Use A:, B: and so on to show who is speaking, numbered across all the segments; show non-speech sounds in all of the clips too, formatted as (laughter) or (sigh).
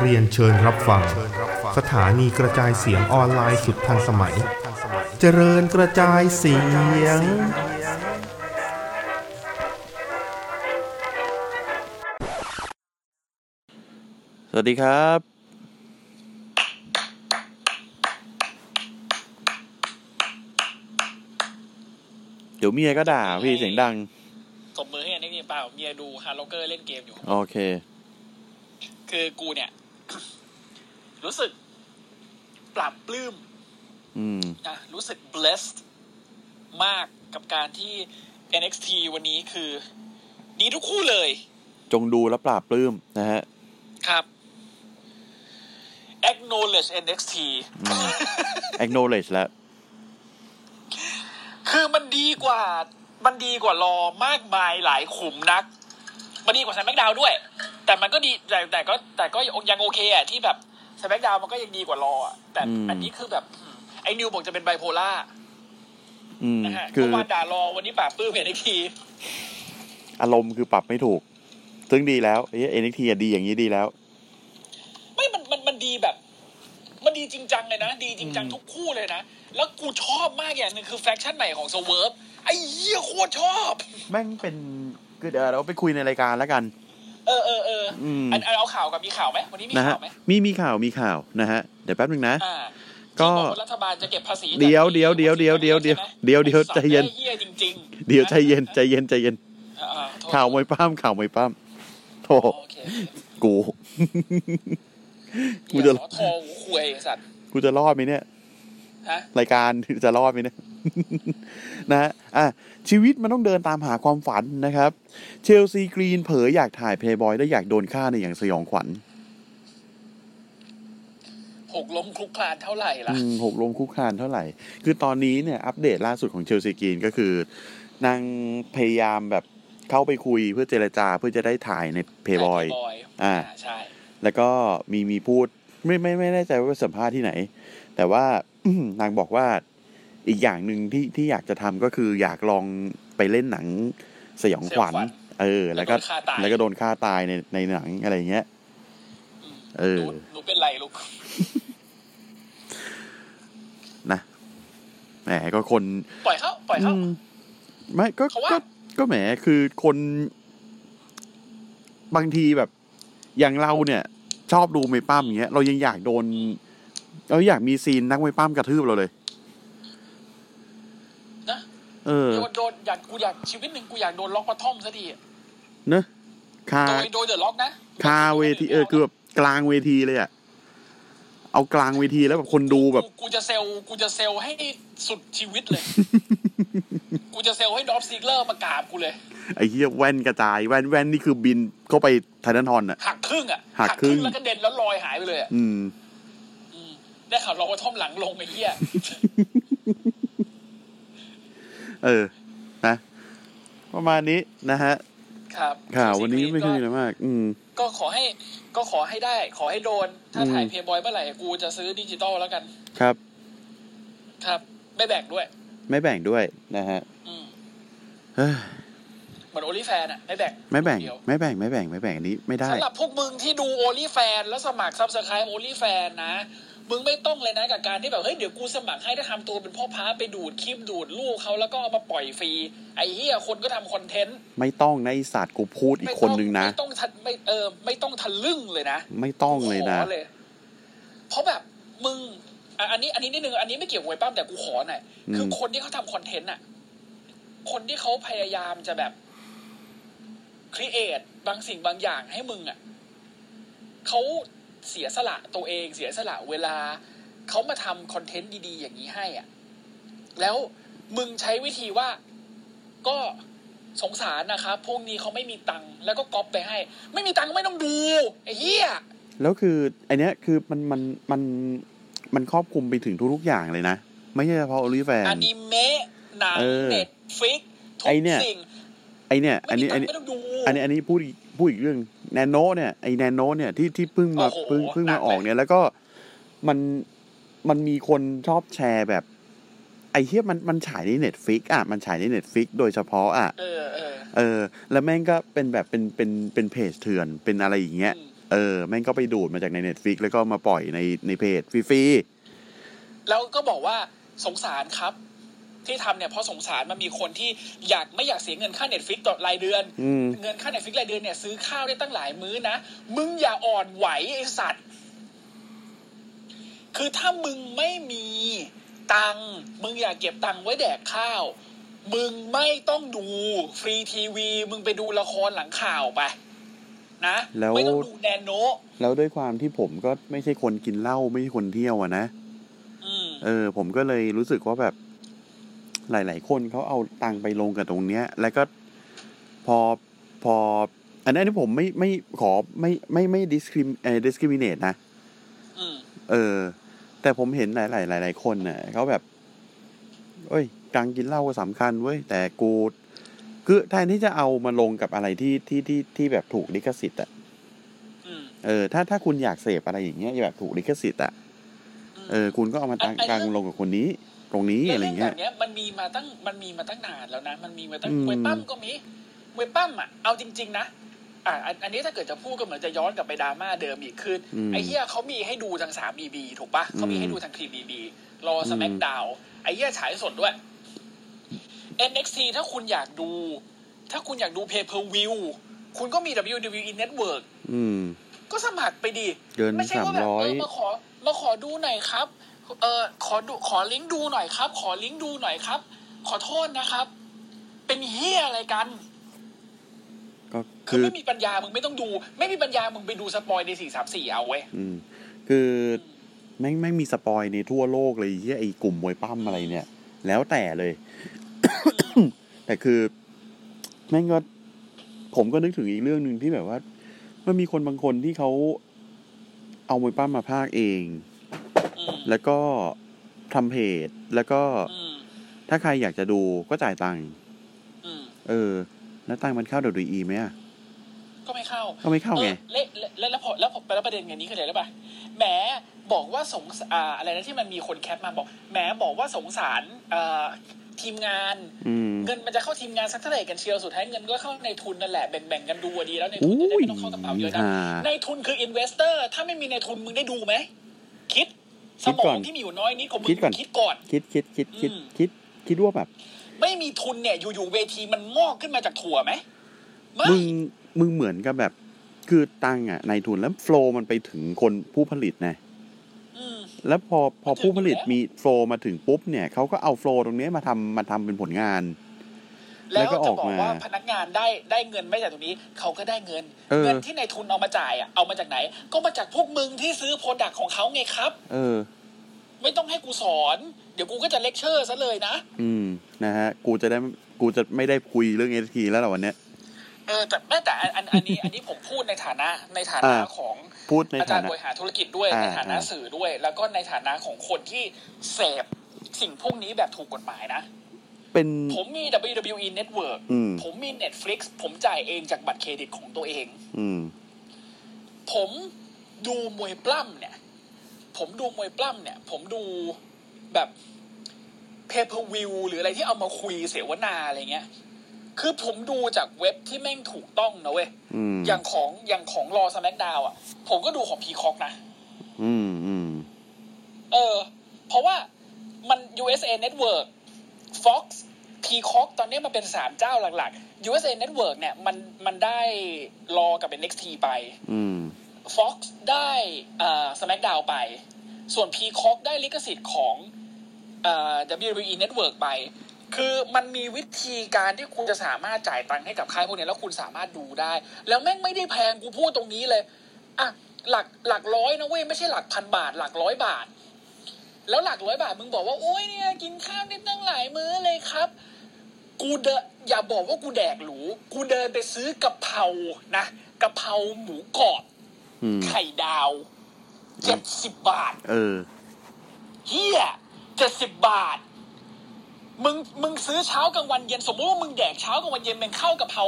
A: เรียนเชิญรับฟัง สถานีกระจายเสียงออนไลน์สุดทันสมัย เจริญกระจายเสียง
B: สวัสดีครับ เดี๋ยวเมียก็ด่าพี่เสียงดัง
C: ตบมือให้อันนี้เปล่าเมียดูฮาร์ล็อกเกอร์เล่นเกมอยู่
B: โอเค
C: คือกูเนี่ย (coughs) รู้สึก ปรับปลื้ม
B: อืม
C: นะรู้สึก blessed มากกับการที่ NXT วันนี้คือ ดีทุกคู่เลย
B: จงดูและปราบปลื้มนะฮะ
C: ครับ acknowledge (laughs) NXT
B: acknowledge แล้ว
C: คือมันดีกว่า มันดีกว่ารอมากมายหลายขุมนัก มันดีกว่าสแมกดาวด้วย แต่มันก็ดีแต่แต่ก็ แต่ก็ยังโอเคอะที่แบบสแมกดาวมันก็ยังดีกว่ารออะแต่
B: อืม
C: อันนี้คือแบบอืมไอ้นิวบอกจะเป็นไบโพล่า
B: อืม
C: นะฮะ
B: คือ
C: เมื่อวานด่ารอวันนี้ปราบปลื้มเห็นอีกที
B: อารมณ์คือปรับไม่ถูก ซึ่งดีแล้วเอ็นเอ็กทีดีอย่างนี้ดีแล้ว
C: ไม่มันมันมันดีแบบ มันดีจริงจังเลยนะ ดีจริงจัง
B: อืม
C: ทุกคู่เลยนะ แล้วกูชอบมากอย่างหนึ่งคือแฟคชั่นใหม่ของสเวิร์ฟไอ้เหี้ยโคตรชอบ
B: แม่งเป็นคือเดี๋ยวเราไปคุยในรายการแล้วกัน
C: เออเออเออ
B: อืม
C: อันอันเอาข่าวกับมีข่าวไหมวันนี้มี
B: นะฮะ
C: ข่าวไหม
B: มีมีข่าวมีข่าวนะฮะ เดี๋ยวแป๊บนึงนะ
C: อ่า
B: ก็
C: ที่บอกว่ารัฐบาลจะเก็บภาษีจาก
B: เดี๋ยวเดี๋ยวเดี๋ยวเดี๋ยวเดี๋ยวเดี๋ยวเดี๋ยวเดี๋ยวใจเย็น
C: ไอ้สัตว์แม่เหี้ยจริงๆ
B: เดี๋ยวใจเย็นใจเย็นใจเย็น
C: อ่าๆโทษ
B: ข่าวมวยป้ามข่าวมวยป้ามโถ
C: โอเค
B: กู
C: (laughs)
B: กู
C: กู
B: จะ
C: จะทองกูคุยไอ้สัตว์
B: กูจะรอดไหมเนี่ย
C: ฮะ
B: รายการ (laughs) จะรอดไหมเนี่ย นะฮะอ่ะชีวิตมันต้องเดินตามหาความฝันนะครับ เชลซีกรีนเผยอยากถ่ายเพลย์บอยและอยากโดนฆ่าในอย่างสยองขวัญ
C: หกล้มคลุกคลานเท่าไหร่ล่ะ
B: อืมหกลมคุกคานเท่าไหร่ คือตอนนี้เนี่ยอัปเดตล่าสุดของเชลซีกรีนก็คือนางพยายามแบบเข้าไปคุยเพื่อเจรจาเพื่อจะได้ถ่ายในเพย์บอย
C: Playboy
B: อ่า
C: ใช่
B: แล้วก็มีมีพูดไม่ไม่ไม่แน่ใจว่าไปสัมภาษณ์ที่ไหน แต่ว่า (clears throat) นางบอกว่าอีกอย่างหนึ่งที่ที่อยากจะทำก็คืออยากลองไปเล่นหนังสยองขวัญ เออ แล้วก็
C: โดนฆ่าตาย
B: แล้วก็โดนฆ่าตายในในหนังอะไรอย่างเงี้ย
C: อืม
B: เออ
C: หนูหนูเป็นไรลูก
B: นะแหมก็คน
C: ปล่อยเขาปล่อยเขา
B: อืมไม่ก็
C: เขาว่า
B: ก็ก็แหมคือคนบางทีแบบ อย่างเราเนี่ย ชอบดูมวยปั้มอย่างเงี้ย เรายังอยากโดน เราอยากมีซีนนักมวยปั้มกระทืบเราเลย
C: นะ
B: เออ
C: โดนโดนอยากกูอยากชีวิตหนึ่งกูอยากโดนล็อกกระท่อมซะดีอะ
B: เนอะคา
C: โดยโดยเดือดล็อกนะ
B: คาเวทีเออคือแบบกลางเวทีเลยอะเอากลางเวทีแล้วแบบคนดูแบบ
C: กูกูจะเซลล์กูจะเซลล์ให้สุดชีวิตเลย
B: (laughs)
C: กูจะเซลล์ให้ดอฟซิกเลอร์มากราบกูเลย
B: ไอ้เหี้ยแว่นกระจาย แว่นแว่นนี่คือบินเข้าไปไททันทอนอะ
C: หักครึ่งอ่ะ
B: หักครึ่ง
C: แล้วก็เด็นแล้วลอยหายไปเลยอะ
B: อืม
C: อืมได้ข่าวรองกระท่อมหลังลงไอ้เหี้ย
B: เออ นะ ประมาณนี้นะฮะ
C: ครับ
B: ข่าววันนี้ไม่ค่อยมี
C: ก็
B: อะไรมาก อืม
C: ก็ขอให้ก็ขอให้ได้ ขอให้โดน ถ้า
B: อืม
C: ถ่ายเพย์บอยเมื่อไหร่กูจะซื้อดิจิตอลแล้วกัน
B: ครับ
C: ครับ ไม่แบ่งด้วย
B: ไม่แบ่งด้วยนะฮะ
C: อืม
B: เฮ้ย
C: เหมือนโอลิแฟนอะไม่แบ่ง
B: ไม่แบ่ง
C: เดียว
B: ไม่แบ่ง ไม่แบ่ง ไม่แบ่งอันนี้ไม่ได้
C: สำหรับพวกมึงที่ดูโอลิแฟนแล้วสมัครซับสไครต์โอลิแฟนนะ มึงไม่ต้องเลยนะกับการที่แบบ เฮ้ย เดี๋ยวกูสมัครให้ถ้าทำตัวเป็นพ่อพ้าไปดูดคลิปดูดลูกเขาแล้วก็เอามาปล่อยฟรี ไอ้เหี้ยคนก็ทำคอนเทนต์
B: ไม่ต้องนะไอสัตว์กูพูดอีกคนนึงนะ
C: ไม่ต้องทันไม่เออไม่ต้องทะลึ่งเลยนะ
B: ไม่ต้องเลยนะ
C: ขอเพราะแบบมึงอ่ะอันนี้อันนี้นิดนึงอันนี้ไม่เกี่ยวกับไวยปั้มแต่กูขอหน่อย
B: อืม
C: คือคนที่เขาทำคอนเทนต์อ่ะ คนที่เขาพยายามจะแบบครีเอทบางสิ่งบางอย่างให้มึงอ่ะเขาเสียสละตัวเองเสียสละเวลาเขามาทำคอนเทนต์ดีๆ อย่างนี้ให้อ่ะ แล้วมึงใช้วิธีว่าก็สงสารนะครับพวกนี้เขาไม่มีตังค์แล้วก็ก๊อปไปให้ ไม่มีตังค์ไม่ต้องดูไอ้เหี้ย
B: แล้วคืออันเนี้ยคือมันมันมันมันครอบคลุมไปถึงทุกๆอย่างเลยนะ ไม่ใช่เฉพาะ o อ l ิแฟน
C: อนิเมะหนัง
B: เออ
C: เน็ตฟิกทุ
B: ไอ้
C: ก
B: เนี่ย
C: สิ่ง
B: ไอเนี่ย อั
C: ไม่
B: น
C: มี
B: นี้อันนี้
C: ตังค์ไม่ต้องดู
B: อันนี้อันนี้พูดอีกพูดอีกเรื่องแนโนเนี่ยไอแนโนเนี่ยที่ที่เพิ่งมาเพิ่งเพิ่งมาออกเนี่ยแล้วก็มันมันมีคนชอบแชร์แบบ ไอ้เฮียมันมันฉายในเน็ตฟิกอ่ะมันฉายในเน็ตฟิกโดยเฉพาะอ่ะ
C: เออเออ
B: เออ แล้วแม่งก็เป็นแบบเป็นเป็นเป็นเพจเถื่อนเป็นอะไรอย่างเงี้ย
C: อืม
B: เออ แม่งก็ไปดูดมาจากในเน็ตฟิกแล้วก็มาปล่อยในในเพจฟรี
C: แล้วก็บอกว่าสงสารครับ ที่ทำเนี่ยเพราะสงสารมันมีคนที่อยากไม่อยากเสียเงินค่าเน็ตฟิกต่อรายเดือน
B: ๆอืม
C: เงินค่าเน็ตฟิกรายเดือนเนี่ยซื้อข้าวได้ตั้งหลายมื้อนะ มึงอย่าอ่อนไหวไอสัตว์ คือถ้ามึงไม่มีตังค์มึงอย่าเก็บตังค์ไว้แดกข้าว มึงไม่ต้องดูฟรีทีวี มึงไปดูละครหลังข่าวไป นะ
B: แล้ว
C: ไม่ต้องดูแนนโน
B: แล้วด้วยความที่ผมก็ไม่ใช่คนกินเหล้าไม่ใช่คนเที่ยวอะนะ
C: อืม
B: เออ ผมก็เลยรู้สึกว่าแบบ หลาย ๆ คนเขาเอาตังค์ไปลงกับตรงเนี้ย แล้วก็พอพอ อันนี้นผมไม่ไม่ขอไม่ไม่ไม่ discrim เอ่อ discriminate นะ
C: อืม
B: เออ แต่ผมเห็นหลาย ๆ หลาย ๆ คนน่ะเขาแบบเอ้ยการกินเหล้าก็สำคัญเว้ย แต่กูคือแทนที่จะเอามาลงกับอะไรที่ที่ที่ที่แบบถูกลิขสิทธิ์อะ
C: อืม
B: เออ ถ้าถ้าคุณอยากเสพอะไรอย่างเงี้ยแบบถูกลิขสิทธิ์อะ
C: อืม
B: เออ คุณก็เอามาตั้ง
C: อันอัน
B: กลางลงกับคนนี้ ตรงนี้อะไร
C: แล้
B: เงี้
C: วย แบบเนี้ยมันมีมาตั้งมันมีมาตั้งนานแล้วนะ มันมีมาตั้ง
B: อืม
C: มวยปั้มก็มีมวยปั้มอ่ะเอาจริง ๆ นะอ่ะอันอันนี้ถ้าเกิดจะพูดก็เหมือนจะย้อนกลับไปดราม่าเดิมอีกคืออ
B: ม
C: ไอ้เหี้ยเขามีให้ดูทางสามบีบีถูกปะเขามีให้ดูทางทีบีบีรอสแมกดาวไอ้เหี้ยฉายสดด้วย NXT ถ้าคุณอยากดู ถ้าคุณอยากดูเพ y p เพ r v ์วิวคุณก็มี WWE Network
B: อืม
C: ก็สมัครไปดิ
B: เกิน
C: ไม่ใช่ว่าแบบ
B: 300
C: เออมาขอมาขอดูหน่อยครับ เออขอดูขอลิงก์ดูหน่อยครับ ขอลิงก์ดูหน่อยครับ ขอโทษนะครับ เป็นเฮียอะไรกัน
B: ก็
C: คื
B: คือ อ
C: ไม่มีปัญญามึงไม่ต้องดู ไม่มีปัญญามึงไปดูสปอยในสี่สามสี่เอาเว้ย
B: อืม คือแม่งแม่งมีสปอยในทั่วโลกเลยที่ไอ้กลุ่มมวยปั้มอะไรเนี่ย แล้วแต่เลย (coughs) แต่คือแม่งก็ ผมก็นึกถึงอีกเรื่องหนึ่งที่แบบว่า มันมีคนบางคนที่เขาเอามวยปั้มมาภาคเอง
C: อืม
B: แล้วก็ทำเพจแล้วก็
C: อืม
B: ถ้าใครอยากจะดูก็จ่ายตังค์
C: อืม
B: เออ แล้วตังค์มันเข้า WWE ไหมอ่ะ
C: ก็ไม่เข้า
B: ก็ไม่เข้าไง
C: เออและและแล้วพอแล้วพอแล้วประเด็นอย่างนี้คืออะไรรู้ป่ะแหมบอกว่าสงสอ่าอะไรนะที่มันมีคนแคปมาบอกแหมบอกว่าสงสารเอ่อทีมงาน
B: อืม
C: เงินมันจะเข้าทีมงานสักเท่าไหร่กันเชียวสุดท้ายเงินก็เข้าในทุนนั่นแหละแบ่งๆกันดูอะดีแล้วในทุนจะได้
B: อุ้ย
C: ไม่ต้องเข้ากระเป๋าเยอะนะ
B: อ่า
C: ในทุนคืออินเวสเตอร์ถ้าไม่มีในทุนมึงได้ดูไหมคิด
B: คิ
C: ส
B: ด
C: มอ
B: ก่อน
C: งที่มีอยู่น้อยนิดของมึง
B: คิดก่อน
C: คิดก่อน
B: คิดคิดคิดคิด
C: อืม
B: คิดคิดว่าแบบ
C: ไม่มีทุนเนี่ยอยู่ๆเวทีมันงอกขึ้นมาจากถั่วไหมไม่
B: มึงมึงเหมือนกับแบบ คือตังค์อ่ะในทุนแล้วโฟลว์มันไปถึงคนผู้ผลิตนะ
C: อืม
B: แล้วพอพอ
C: ถึง
B: ผู้ผลิต
C: แล้ว
B: มีโฟลว์มาถึงปุ๊บเนี่ยเขาก็เอาโฟลว์ตรงเนี้ยมาทำมาทำเป็นผลงาน
C: แล้ว
B: แล้วก็อ
C: จะ
B: อก
C: บอ
B: มาก
C: ว่าพนักงานได้ได้เงินไม่จากตรงนี้เขาก็ได้เงิน
B: เออ
C: นที่ในทุนเอามาจ่ายอ่ะเอามาจากไหน ก็มาจากพวกมึงที่ซื้อโปรดักต์ของเขาไงครับ
B: เออ
C: ไม่ต้องให้กูสอน เดี๋ยวกูก็จะเลคเชอร์ซะเลยนะ
B: อืมนะฮะ กูจะได้กูจะไม่ได้คุยเรื่องเอทีแล้วเหรอวันเนี้ย
C: เออแต่แม่แต่อันอันอันนี้อันนี้ผมพูดในฐานะในฐานะ
B: อ่า
C: ของ
B: พูดใน
C: อาจา
B: ฐาร
C: ย์
B: นะ
C: บริหารธุรกิจด้วย
B: อ่า
C: ในฐานะ
B: อ่า
C: สื่อด้วย แล้วก็ในฐานะของคนที่เสพสิ่งพวกนี้แบบถูกกฎหมายนะ
B: เป็น
C: ผมมี WWE Network
B: อืม
C: ผมมี Netflix ผมจ่ายเองจากบัตรเครดิตของตัวเอง
B: อืม
C: ผมดูมวยปล้ำเนี่ย ผมดูมวยปล้ำเนี่ย ผมดูแบบเพเ e อร์วิวหรืออะไรที่เอามาคุยเสวนาอะไรเงี้ย คือผมดูจากเว็บที่แม่งถูกต้องนะเว้ย
B: อืม
C: อย่างของอย่างของรอสแมกดาวอ่ะ ผมก็ดูของพีคอกนะ
B: อืมอืม
C: เออ เพราะว่ามัน USA Network Fox Peacock ตอนนี้มันเป็นสามเจ้าหลักๆ USA Network เนี่ยมันมันได้รอกับเป็น NXT ไป
B: อืม
C: Fox ได้สแมกดาวไป ส่วน Peacock ได้ลิขสิทธิ์ของเอ่อ WWE Network ไป คือมันมีวิธีการที่คุณจะสามารถจ่ายตังค์ให้กับค่ายพวกเนี้ยแล้วคุณสามารถดูได้ แล้วแม่งไม่ได้แพงกูพูดตรงนี้เลย อ่ะ หลักหลักร้อยนะเว้ย ไม่ใช่หลักพันบาท หลักร้อยบาท แล้วหลักร้อยบาทมึงบอกว่า โอ้ยเนี่ย กินข้าวได้ตั้งหลายมื้อเลยครับ กูเดนอย่าบอกว่ากูแดกหรู กูเดินไปซื้อกะเพรานะกะเพราหมูกรอบ
B: อืม
C: ไข่ดาวเจ็ดสิบบาท
B: เออ
C: เฮียเจ็ดสิบบาท มึงมึงซื้อเช้ากลางวันเย็นสมมติว่ามึงแดกเช้ากลางวันเย็นเป็นข้าวกะเพรา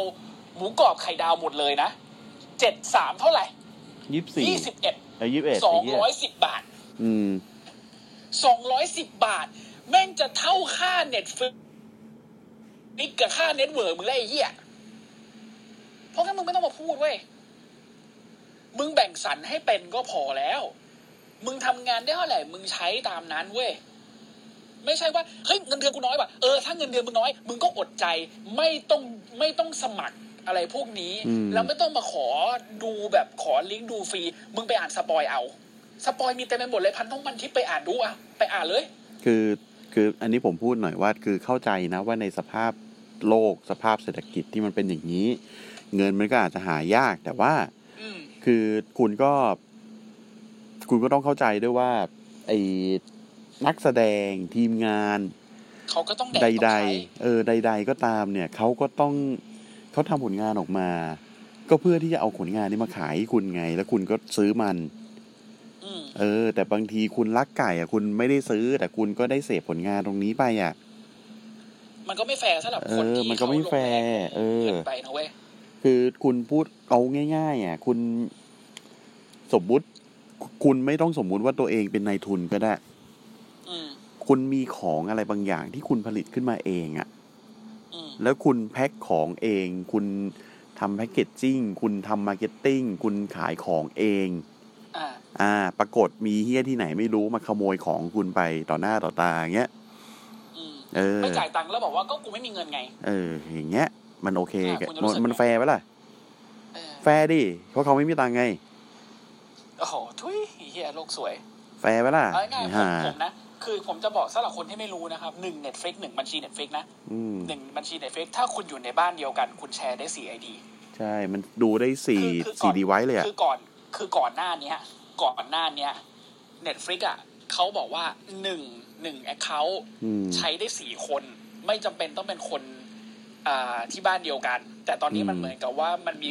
C: หมูกรอบไข่ดาวหมดเลยนะเจ็ดสามเท่าไหร่
B: ยี่สี่
C: ยี่สิบเอ็ด
B: เออยี่สิบเอ็ด
C: สองร้อยสิบบาท
B: อืม
C: สองร้อยสิบบาท แม่งจะเท่าค่าเน็ตฟิกนิกกับค่าเน็ตเวิร์กมึงแล้วไอ้เหี้ยเพราะงั้นมึงไม่ต้องมาพูดเว้ย มึงแบ่งสรรให้เป็นก็พอแล้ว มึงทำงานได้เท่าไหร่ มึงใช้ตามนั้นเว้ย ไม่ใช่ว่าเฮ้ยเงินเดือนกูน้อยว่ะเออถ้าเงินเดือนมึงน้อย มึงก็อดใจไม่ต้องไม่ต้องสมัครอะไรพวกนี้
B: อืม
C: แล้วไม่ต้องมาขอดูแบบขอลิงก์ดูฟรี มึงไปอ่านสปอยเอา สปอยมีเต็มไปหมดเลยพันท่องพันทิปไปอ่านดูอ่ะไปอ่านเลย
B: คือคืออันนี้ผมพูดหน่อยว่าคือเข้าใจนะว่าในสภาพโลกสภาพเศรษฐกิจที่มันเป็นอย่างนี้ เงินมันก็อาจจะหายากแต่ว่า
C: อืม
B: คือคุณก็ คุณก็ต้องเข้าใจด้วยว่า ไอ้นักแสดงทีมงาน
C: เขาก็ต้องแดก
B: ใ
C: ต้อง
B: ด
C: ใช้
B: ๆ เออ ใด ๆ ก็ตามเนี่ยเขาก็ต้องเขาทำผลงานออกมา ก็เพื่อที่จะเอาผลงานนี้มาขายให้คุณไง แล้วคุณก็ซื้อมัน
C: อืม
B: เออ แต่บางทีคุณรักไก่อะคุณไม่ได้ซื้อ แต่คุณก็ได้เสพผลงานตรงนี้ไปอะ
C: มันก็ไม่แฟร์สำหรับ
B: เอ
C: คน
B: อ
C: ที่
B: มันก็ไม่แฟร์เออ
C: เกินไปนะเว้ย
B: คือคุณพูดเอาง่าย ๆอ่ะคุณสมมุติ คุณไม่ต้องสมมุติว่าตัวเองเป็นนายทุนก็ได้
C: อืม
B: คุณมีของอะไรบางอย่างที่คุณผลิตขึ้นมาเองอะ่ะ
C: อืม
B: แล้วคุณแพ็คของเอง คุณทำแพ็กเกจจิ้ง คุณทำมาร์เก็ตติ้ง คุณขายของเอง
C: อ่า
B: อ่า ปรากฏมีเฮี้ยที่ไหนไม่รู้มาขโมยของคุณไปต่อหน้าต่อตาอย่างเงี้ย
C: อืม
B: เออ
C: ไม่จ่ายตังค์แล้วบอกว่าก็กูไม่มีเงินไง
B: เออ อย่างเงี้ย มันโอเคกับ
C: อ่ะคุณจะรู้สึกไง
B: มันแฟร์ไหมล่ะ
C: เออ
B: แฟร์ดิ เพราะเขาไม่มีตังค์ไง
C: โอ้โหทุยไอ้เฮียโลกสวย
B: แฟร์ไหมล่ะ
C: เอาง่ายๆผ
B: ฮ่าม
C: ผมนะ คือผมจะบอกสำหรับคนที่ไม่รู้นะครับหนึ่งเน็ตฟลิกหนึ่งบัญชีเน็ตฟลิกนะ
B: อืม
C: หนึ่งบัญชีเน็ตฟลิกถ้าคุณอยู่ในบ้านเดียวกัน คุณแชร์ได้สี่ไอดี
B: ใช่ มันดูได้สี่
C: คือคือก่อน
B: สี่ดีไว้เลยอ่ะ
C: คือก่อนคือก่อนหน้าเนี้ย ก่อนหน้าเนี้ยเน็ตฟลิกอ่ะเขาบอกว่าหนึ่งหนึ่งแอคเคาท์
B: อืม
C: ใช้ได้สี่คน ไม่จำเป็นต้องเป็นคนอ่าที่บ้านเดียวกัน แต่ตอนนี้มัน
B: อืม
C: เหมือนกับว่ามันมี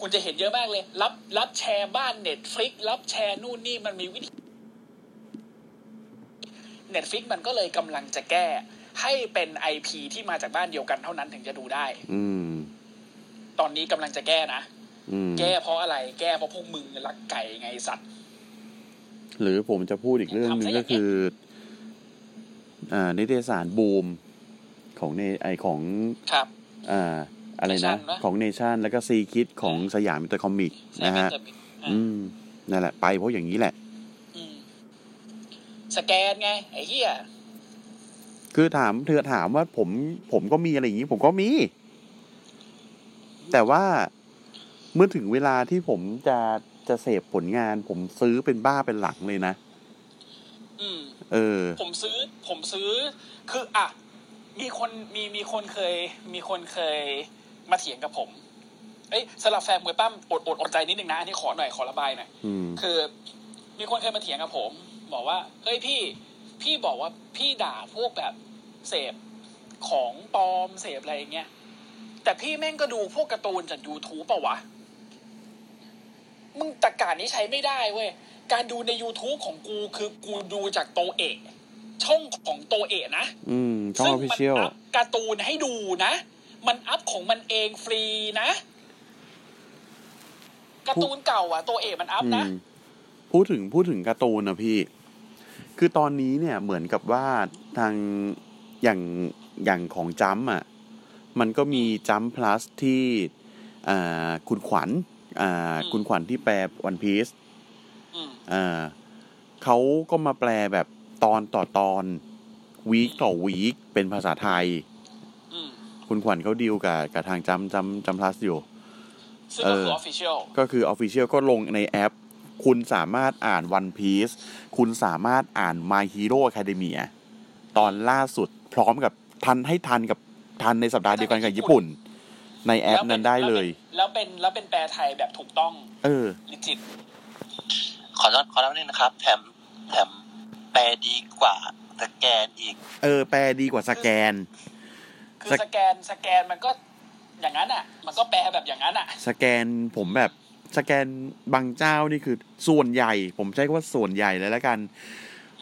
C: คุณจะเห็นเยอะมากเลย รับรับแชร์บ้านเน็ตฟลิกรับแชร์นู่นนี่มันมีวิธีเน็ตฟลิกมันก็เลยกำลังจะแก้ ให้เป็นไอพที่มาจากบ้านเดียวกันเท่านั้นถึงจะดูได้
B: อืม
C: ตอนนี้กำลังจะแก้นะ
B: อืม
C: แก้เพราะอะไร แก้เพราะพวกมึงรักไก่ไงสัตว์
B: หรือผมจะพูดอีกเรื่องหนึ่งก็คือ อ่า นิตยสารบูม ของเนไอของ
C: ครับ
B: อ่า อะไรนะ
C: Nation ปะ
B: ของเนชั่นแล้วก็ซีคิดของสยามมิตรคอมิก
C: ใช่
B: นะ
C: ไหม
B: ฮะ
C: เติมอีกอ่ะ
B: อืม นั่นแหละ ไปเพราะอย่างนี้แหละ
C: อืมสแกนไง ไอ้เหี้ย
B: คือถามเธอถามว่าผม ผมก็มีอะไรอย่างนี้ ผมก็มี แต่ว่าเมื่อถึงเวลาที่ผมจะจะเสพผลงาน ผมซื้อเป็นบ้าเป็นหลังเลยนะ
C: อืม
B: เออ
C: ผมซื้อ ผมซื้อ คืออ่ะ มีคนมีมีคนเคย มีคนเคยมาเถียงกับผม เอ้ยสำหรับแฟนมวยปั้มอดอดอดใจนิดนึงนะอันนี้ขอหน่อยขอระบายหน่อย
B: อืม
C: คือมีคนเคยมาเถียงกับผม บอกว่าเฮ้ยพี่ พี่บอกว่าพี่ด่าพวกแบบเสพของปลอมเสพอะไรอย่างเงี้ยแต่พี่แม่งก็ดูพวกการ์ตูนจาก YouTube ปะวะ มึงตะกการนี้ใช้ไม่ได้เว้ย การดูใน YouTube ของกูคือกูดูจากโตเอะช่องของโตเอะนะ
B: อืม ช่องอ
C: ซึ่
B: อฟฟิ
C: มั
B: เชียล
C: อัพการ์ตูนให้ดูนะ มันอัพของมันเองฟรีนะ การ์ตูนเก่าอ่ะ โตเอะมันอัพนะ
B: อืมพูดถึงพูดถึงการ์ตูนนะพี่ คือตอนนี้เนี่ยเหมือนกับว่าทางอย่างอย่างของจัมป์อ่ะ มันก็มีจัม p ์ plus ที่อ่าคุณขวัญอ่า
C: อืม
B: คุณขวัญที่แปลวันพีซ
C: อืม
B: อ่าเขาก็มาแปลแบบตอนต่อตอนวีคต่อวีคเป็นภาษาไทย
C: อืม
B: คุณขวัญเขาดีลกับกับทางจัมจัมจัม p ์ u s อยู่
C: ซึ่งก็คือ
B: เออ
C: ออฟฟิเชียล
B: ก็คือ Official ก็ลงในแอป คุณสามารถอ่าน One Piece คุณสามารถอ่าน My Hero Academia ตอนล่าสุดพร้อมกับทันให้ทันกับทันในสัปดาห์เดียวกันกับญี่ปุ่น ในแอปนั้นได้เลย
C: แล้วเป็นแล้วเป็นแปลไทยแบบถูกต้อง
B: เออ
C: ลิจิต
D: ขอรับขอรับนึงนะครับ แถมแถมแปลดีกว่าสแกนอีก
B: เออ แปลดีกว่าสแกน
C: คือ
B: ส
C: สแกนสแกนมันก็อย่างนั้นอ่ะ มันก็แปลแบบอย่างนั้นอ่ะ
B: สแกนผมแบบสแกนบางเจ้านี่คือส่วนใหญ่ ผมใช้คำว่าส่วนใหญ่เลยแล้วกัน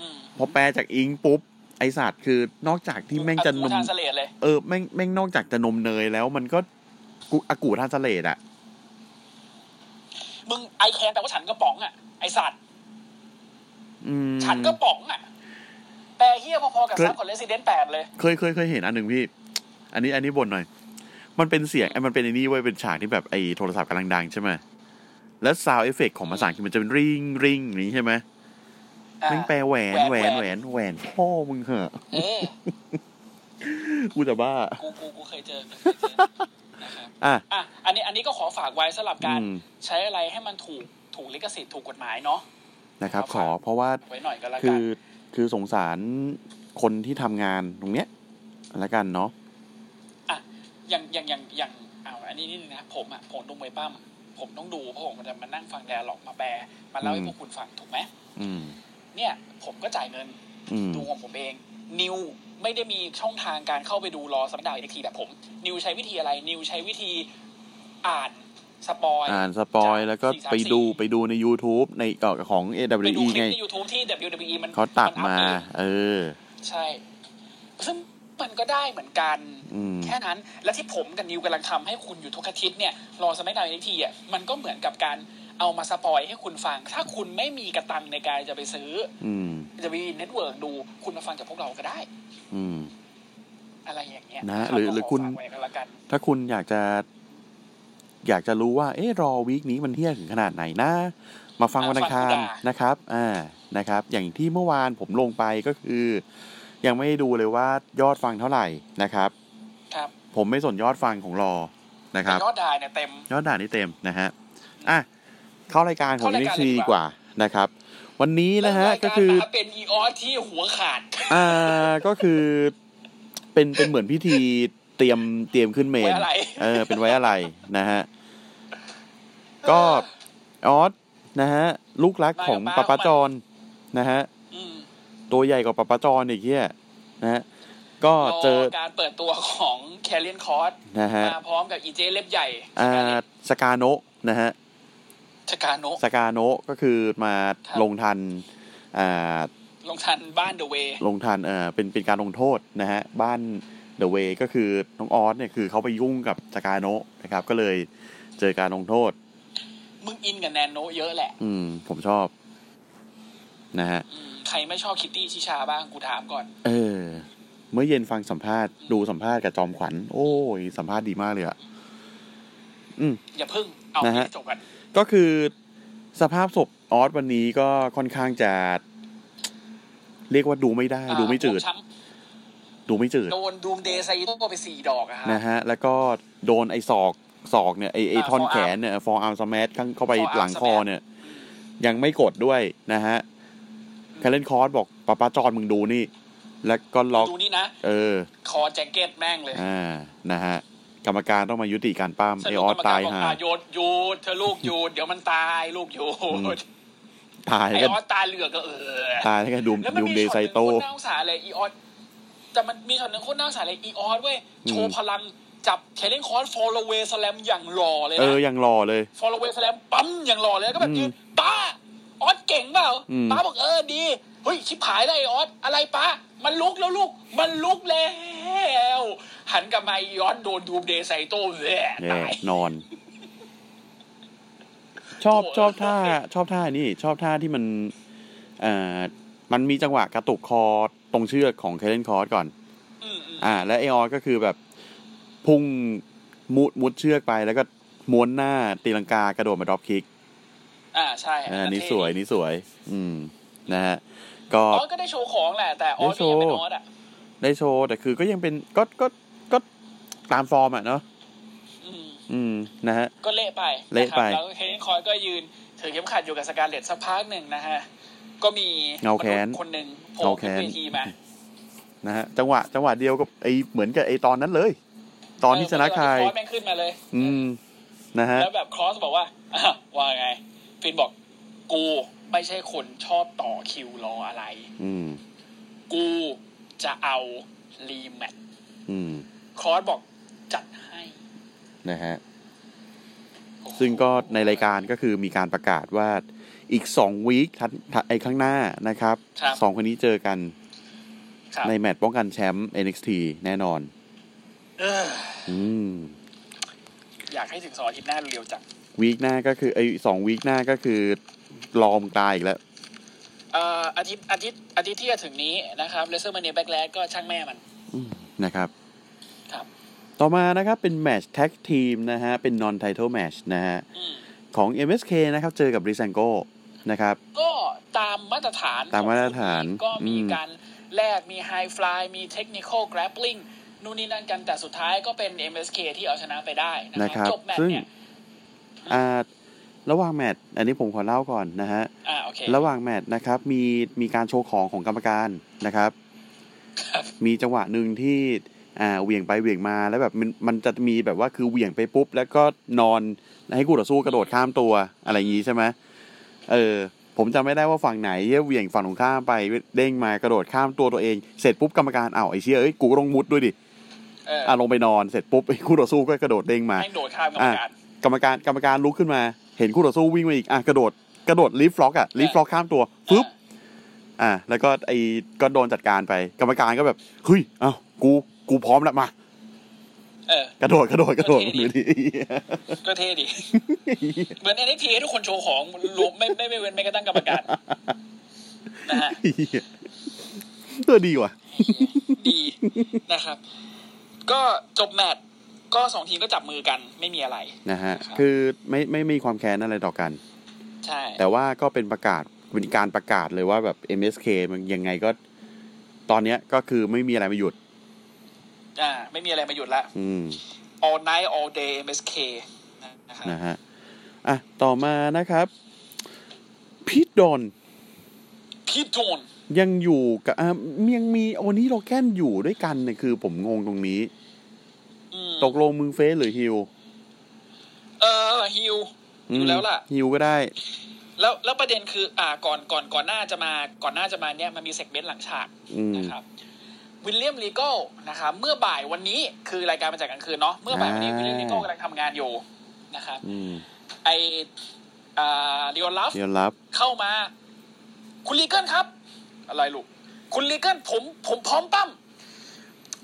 C: อืม
B: พอแปลจากอิงปุ๊บ ไอศาสตร์คือนอกจากที่แม่งจะน
C: กู
B: ม
C: ทานสเลดเลย
B: เออแม่งแม่งนอกจากจะนมเนยแล้วมันก็กูอากูทานสเลดอะ
C: มึงไอแคนแปลว่าฉันกระป๋องอ่ะ ไอสัตว์
B: อืม
C: ฉันกระป๋องอ่ะ แปลเฮี้ยพอๆกับ
B: เคย
C: ซับของเ e ส i เดนแปดเลย
B: เคยเคยเคยเห็นอันหนึ่งพี่ อันนี้อันนี้บ่นหน่อย มันเป็นเสียงไอ้มันเป็นไอ้นี่เว้ยเป็นฉากที่แบบไอ้โทรศัพท์กำลังดังใช่ไหมแล้วซาวเอฟเฟกของภาษาอังกฤษมันจะเป็นริงริงอย่างนี้ใช่ไหม
C: อ่า
B: แม่งแปลแหวนแหวนแหวนแหวนพ่อมึงเหอะ
C: เออ
B: กูจะบ้า
C: กูกูกูเคยเจอกูเคยเจอนะครับ
B: อ่ะ
C: อ่ะอันนี้อันนี้ก็ขอฝากไว้สำหรับการ
B: อืม
C: ใช้อะไรให้มันถูกถูกลิขสิทธิ์ถูกกฎหมายเนาะ
B: นะครับ ขอเพราะว่า
C: ไว้หน่อยก็แล้ว
B: คื
C: กัน
B: อคือสงสารคนที่ทำงานตรงเนี้ยแล้วกันเนาะ
C: อ่ะอย่างอย่างอย่างอย่างเอาอันนี้นิดนึงนะผมอ่ะผมต้องไปปั้มผมต้องดูเพราะผมจะมานั่งฟังแดร์ล็อกมาแปลมาเล่าให้พวกคุณฟังถูกไหม
B: อืม
C: เนี่ยผมก็จ่ายเงิน
B: อืม
C: ดูของผมเอง นิวไม่ได้มีช่องทางการเข้าไปดูรอสมัครดาวเอ็กทีแบบผม นิวใช้วิธีอะไร นิวใช้วิธีอ่านสปอย
B: อ่านสปอยแล้วก็ไปดู
C: 434
B: ไปดูใน YouTube ในเอ่อของ
C: ไปดู
B: AWE
C: คลิป
B: ไง
C: ใน YouTube ที่ WWE มัน
B: เขาตัด
C: น
B: มา
C: อัพเอง
B: เออ
C: ใช่ ซึ่งมันก็ได้เหมือนกัน
B: อืม
C: แค่นั้น และที่ผมกับนิวกำลังทำให้คุณอยู่ทุกอาทิตย์เนี่ย รอสมัครดาวเอ็กทีอ่ะ มันก็เหมือนกับการเอามาสปอยให้คุณฟัง ถ้าคุณไม่มีกระตังในการจะไปซื้อ
B: อืม
C: WWE Network ดู คุณมาฟังจากพวกเราก็ได้
B: อืม
C: อะไรอย่างเงี้ย
B: นะ
C: คบ
B: หรือ
C: ก็
B: หรือ
C: ข
B: คุณ
C: ฝากไว้ก็แล้วกัน
B: ถ้าคุณอยากจะ อยากจะรู้ว่า เอ๊ะรอวีคนี้มันเที่ยงถึงขนาดไหนนะ มาฟัง
C: อ่ะ
B: วันอังคาร
C: ฟังกูด่าน
B: นะครับ อ่านะครับ อย่างที่เมื่อวานผมลงไปก็คือ ยังไม่ได้ดูเลยว่ายอดฟังเท่าไหร่นะครับ
C: ครับ
B: ผมไม่สนยอดฟังของรอนะครับ
C: แต่ยอดดายเนี่ยเต็ม
B: ยอดด่านนี่เต็มนะฮะ อ่ะ เข้ารายการของ
C: เข้าราย
B: นิ
C: การ
B: ซี
C: เลยดี
B: ดีก
C: ก
B: ว่า
C: ว่า
B: นะครับ วันนี้นะฮะ
C: เริ่มรายา
B: ก็
C: ร
B: คือ
C: มาเป็นอีออสที่หัวขาด
B: อ่าก็คือเป็นเป็นเหมือนพิธีเตรียมเตรียมขึ้นเมน
C: ไว้อะไร
B: เออ เป็นไว้อะไรนะฮะ ก็ออสนะฮะ ลูกรักของปะปะจรนะฮะ
C: อืม
B: ตัวใหญ่กว่าปะปะจรอีกเที่ยนะฮะ ก็
C: ร
B: เจอ
C: อการเปิดตัวของแคเรียนคอร์ส
B: นะฮะ
C: มาพร้อมกับอีเจเล็บใหญ่
B: อ่าสกาโนะนะฮะ
C: ชกาโนะ
B: สกาโนะก็คือมาลงทัน อ่า
C: ลงทันบ้านเดอะเวย์
B: ลงทันเออเป็นเป็นการลงโทษนะฮะ บ้านเดอะเวก็คือน้องออสเนี่ยคือเขาไปยุ่งกับสกาโนะนะครับ ก็เลยเจอการลงโทษ
C: มึงอินกับแนนโนะเยอะแหละ
B: อืม ผมชอบ นะฮะ
C: อืมใครไม่ชอบคิตตี้ชิชาบ้างกูถามก่อน
B: เออ เมื่อเย็นฟังสัมภาษณ์ดูสัมภาษณ์กับจอมขวัญ โอ้ย สัมภาษณ์ดีมากเลยอะ
C: อย่าพึ่งเอา
B: นะฮะ
C: ให้จบกัน
B: ก็คือสภาพศพออสวันนี้ก็ค่อนข้างจะ เรียกว่าดูไม่ได้ ดูไม่จืด
C: อ่า
B: ดูไม่จืด
C: โดนดูมเดย์ไซโตไปสี่ดอกอะฮะ
B: นะฮะ แล้วก็โดนไอ้ศอกศอกเนี่ย ไอ้ไอ้
C: อ่า
B: ท่อนแขน
C: forearm
B: เนี่ยฟอร์อาร์มสมัข้างเข้าไป
C: forearm
B: หลังคอ
C: smash
B: เนี่ย ยังไม่กดด้วยนะฮะแคลเลนคอร์สบอกป้าป้าจอนมึงดูนี่ แล้วก็ล็อก
C: ดูนี่นะ
B: เออ
C: คอแจ็คเก็ตแม่งเลย
B: อ่า นะฮะ กรรมการต้องมายุติการปั้ม
C: ส
B: ไอ
C: นุ
B: อก อกส
C: รรมกา
B: ตาร ย
C: บอก
B: ฮะ
C: อ่ะโยนโยนเธอลูกโยนเดี๋ยวมันตายลูกโย
B: อืม
C: น
B: ตาย
C: ไอ
B: ก็
C: ออสตาเหลือกก็เออ
B: ตายแล้วก็ดูม
C: แล้วมัน
B: ดูม
C: มี
B: เด
C: ช็อ
B: ไซ
C: ตหนึ่ง
B: โต
C: โคตรน่าสงสารเลยอีออสแต่มันมีช็อตหนึ่งโคตรน่าสงสารเลยอีออสเว้ย
B: อืม
C: โชว์พลังจับแคเลนคอร์สฟอลเวสแลมอย่างหล่อเลย
B: เออ
C: นะ
B: ยังรอเลย
C: ฟอลเวสแลมปั๊มอย่างหล่อเลยแล้วก็แบบ
B: อืม
C: ยืนป้าออสเก่งเปล่า
B: อืม
C: ป้าบอกเออดี เฮ้ย ชิบหายแล้วไอออสอะไรป้ามันลุกแล้วลูก มันลุกแล้ว หันกลับมาอีออสโดนดูมเดย์ไซโต้แหละ
B: เนี่ย
C: ตาย
B: นอน (laughs) ชอบ
C: โอ้ย
B: ชอบท่า
C: โอเค
B: ชอบท่านี่ ชอบท่าที่มันเอ่อมันมีจังหวะกระตุกคอตรงเชือกของเคเลนคอร์สก่อน
C: อืมอืม
B: อ่า และไอออนก็คือแบบ พุ่งมุดมุดเชือกไปแล้วก็ม้วนหน้าตีลังกากระโดดมาดรอปคิก
C: อ่าใช่
B: อ่า
C: อั
B: นี่
C: เท่
B: สวยนี่สวย อืม นะฮะ ก็
C: ออสก็ได้โชว์ของแหละแต่ออสก็ยังเป็นออสอ่ะ
B: ได้โชว์แต่คือก็ยังเป็นก็ก็ก็ตามฟอร์มอ่ะเนาะ
C: อืม
B: อืม นะฮะ
C: ก็เละไป
B: เละไป
C: นครับแล้วก็เคนนคอยก็ยืนถือเข็มขัดอยู่กับสการเลตสักพักหนึ่งนะฮะ ก็มี
B: เงาแค้น
C: มษย์คนหนึ่งโผล่
B: เงาแค้
C: ขึ้น
B: น
C: เวทีมา
B: นะฮะจังหวะจังหวะเดียวกับไอเหมือนกับไอตอนนั้นเลย ตอนที่ชนะใคร
C: คอสแม่งขึ้นมาเลย
B: อืม นะฮะ
C: แล้วแบบครอสบอกว่าอ่ะว่าไง ฟินบอกกูไม่ใช่คนชอบต่อคิวรออะไร
B: อืม
C: กูจะเอารีแมตช์
B: อืม
C: ครอสบอกจัดให้
B: นะฮะ ซึ่งก็ในรายการก็คือมีการประกาศว่าอีกสองวีคทัดทัดไอข้างหน้านะครับ
C: ครับ
B: สองคนนี้เจอกัน
C: ครับ
B: ในแมตช์ป้องกันแชมป์ NXT แน่นอน
C: เออ
B: อืม
C: อยากให้ถึงสองอาทิตย์หน้าเร็วๆจัง
B: วีคหน้าก็คือไอสองวีคหน้าก็คือรอมงตายอีกแล้ว
C: เอ่ออาทิตย์อาทิตย์อาทิตย์ที่จะถึงนี้นะครับเลเซอร์มาเนียแบ็กแลก็ช่างแม่มัน
B: อืมนะครับ
C: ครับ
B: ต่อมานะครับเป็นแมตช์แท็กทีมนะฮะ เป็นนอนไท t ท e แมตช์นะฮะ
C: อืม
B: ของ MSK นะครับ เจอกับริซังโกนะครับ
C: ก็ตามมาตรฐาน
B: ตามมาตรฐาน
C: ของก็มี
B: อืม
C: การแลกมีไฮฟลายมีเทคนิคอลกรา p ลิงนู่นนี่นั่นกันแต่สุดท้ายก็เป็น MSK ที่เอาชนะไปได้นะ
B: นะ
C: ค
B: ครั
C: รับบ จบแมตช์
B: ซึ่ง
C: เนี่ย
B: อ่าระหว่างแมตช์อันนี้ผมขอเล่าก่อนนะฮะ
C: อ่าโอเค
B: ระหว่างแมตช์นะครับมีมีการโชว์ของของกรรมการนะครับ
C: ครับ
B: มีจังหวะหนึ่งที่อ่าเหวี่ยงไปเหวี่ยงมาแล้วแบบมันมันจะมีแบบว่าคือเหวี่ยงไปปุ๊บ แล้วก็นอนให้คู่ต่อสู้กระโดดข้ามตัวอะไรอย่างนี้ใช่ไหมเออ ผมจำไม่ได้ว่าฝั่งไหนเหวี่ยงฝั่งตรงข้ามไปเด้งมากระโดดข้ามตัวตัวเองเสร็จปุ๊บกรรมการอ้าวไอ้เชี่ยเอ้ยกูก็ต้องมุดด้วยดิ
C: เออ
B: อ่ะลงไปนอนเสร็จปุ๊บไอ้คู่ต่อสู้ก็กระโดดเด้งมา
C: แม่งโดดข้ามกรรมการ
B: กรรมการกรรมการลุกขึ้นมา เห็นคู่ต่อสู้วิ่งมาอีกอ่ะกระโดดกระโดดลิฟต์ล็อกอ่ะลิฟต์ล็อกข้ามตัวฟึบ อ่าแล้วก็ไอ้ก็โดนจัดการไป กรรมการก็แบบเฮ้ยเอ้ากูกูพร้อมแล้วมา
C: เออ
B: กระโดดกระโดดกระโดด
C: โอเค
B: หนูดิ (laughs)
C: ก็เท่ดี เหมือน NXT ให้ทุกคนโชว์ของรวมไม่ไม่ไม่เว้นแม้กระทั่งกรรมการนะฮะ
B: ตัวดีว่ะ
C: ดีนะครับ ก็จบแมตช์ก็สองทีมก็จับมือกันไม่มีอะไร
B: นะฮะ
C: ครับ
B: คือไม่ไม่มีความแค้นอะไรต่อกัน
C: ใช่
B: แต่ว่าก็เป็นประกาศเป็นการประกาศเลยว่าแบบ MSK มันยังไงก็ ตอนเนี้ยก็คือไม่มีอะไรมาหยุด
C: อ่าไม่มีอะไรมาหยุดละ
B: อืม
C: all night all day MSK นะครับ
B: นะฮะอ่ะต่อมานะครับพีทดอน
C: พี่โจน
B: ยังอยู่กับอ่ายังมีโอนี้โลแกนอยู่ด้วยกันเนี่ยคือผมงงตรงนี้
C: อืม
B: ตกลงมึงเฟซหรือฮิล
C: เออฮิว อยู่
B: ม
C: แล้วล่ะ
B: ฮิวก็ได้
C: แล้วแล้วประเด็นคือ อ่าก่อนก่อนก่อนหน้าจะมาก่อนหน้าจะมาเนี่ยมันมีเซกเมนต์หลังฉาก
B: อืม
C: นะครับวิลเลียมลีโก้นะครับเมื่อบ่ายวันนี้คือรายการมาจากกลางคืนเนาะเมื่อบ่ายวันนี้
B: อ่า
C: วิลเลียมลีโก้กำลังทำงานอยู่นะครับ
B: อืม
C: ไออ่าลีออนลัฟ
B: เดี๋ยวรับ
C: เข้ามา คุณลีเกิลครับ อะไรลูก คุณลีเกิลผมผมพร้อมปั้ม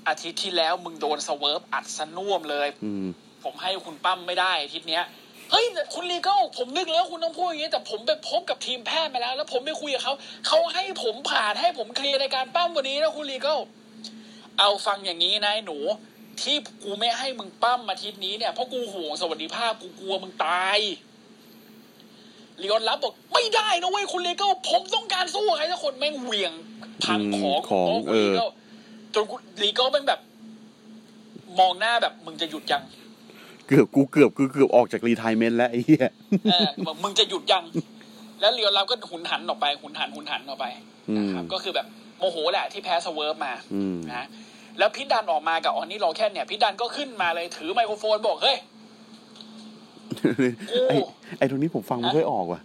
C: อาทิตย์ที่แล้วมึงโดนสเวิร์ฟอัดสน่วมเลย
B: อืม
C: ผมให้คุณปั้มไม่ได้อาทิตย์เนี้ยเฮ้ยแต่คุณลีเกิลผมนึกแล้วคุณต้องพูดอย่างนี้ แต่ผมไปพบกับทีมแพทย์มาแล้ว แล้วผมไปคุยกับเขาเขาให้ผมผ่านให้ผมเคลียร์ในการปั้มวันนี้นะคุณลีเกิลเอาฟังอย่างนี้นะไอ้หนู ที่กูไม่ให้มึงปั้มอาทิตย์นี้เนี่ยเพราะกูห่วงสวัสดิภาพกูกลัวมึงตายลีออนรับบอกไม่ได้นะเว้ยคุณลีเกิลผมต้องการสู้กับใครสักคนแม่งเหวี่ยงพังของ
B: ของ
C: โต๊ะคุณ
B: เออ
C: ลีเกิลจนคุณลีเกิลเป็นแบบ มองหน้าแบบมึงจะหยุดยัง
B: เกือบกูเกือบกูเกือบออกจากรีไทเมนต์แล้วไอ้เหี้ย
C: เออบอกมึงจะหยุดยัง แล้วเรียวเราก็หุนหันออกไป หุนหันหุนหันออกไปนะครับ
B: อืม
C: ก็คือแบบโมโหแหละที่แพ้สเวิร์ฟมา
B: อืม
C: นะแล้วพิดดันออกมากับออนนี่รอแค่เนี่ยพิดดันก็ขึ้นมาเลยถือไมโครโฟนบอกเฮ้ย
B: ไอ้ไอ้ตรงนี้ผมฟังไม่ค่อยออกว่ะ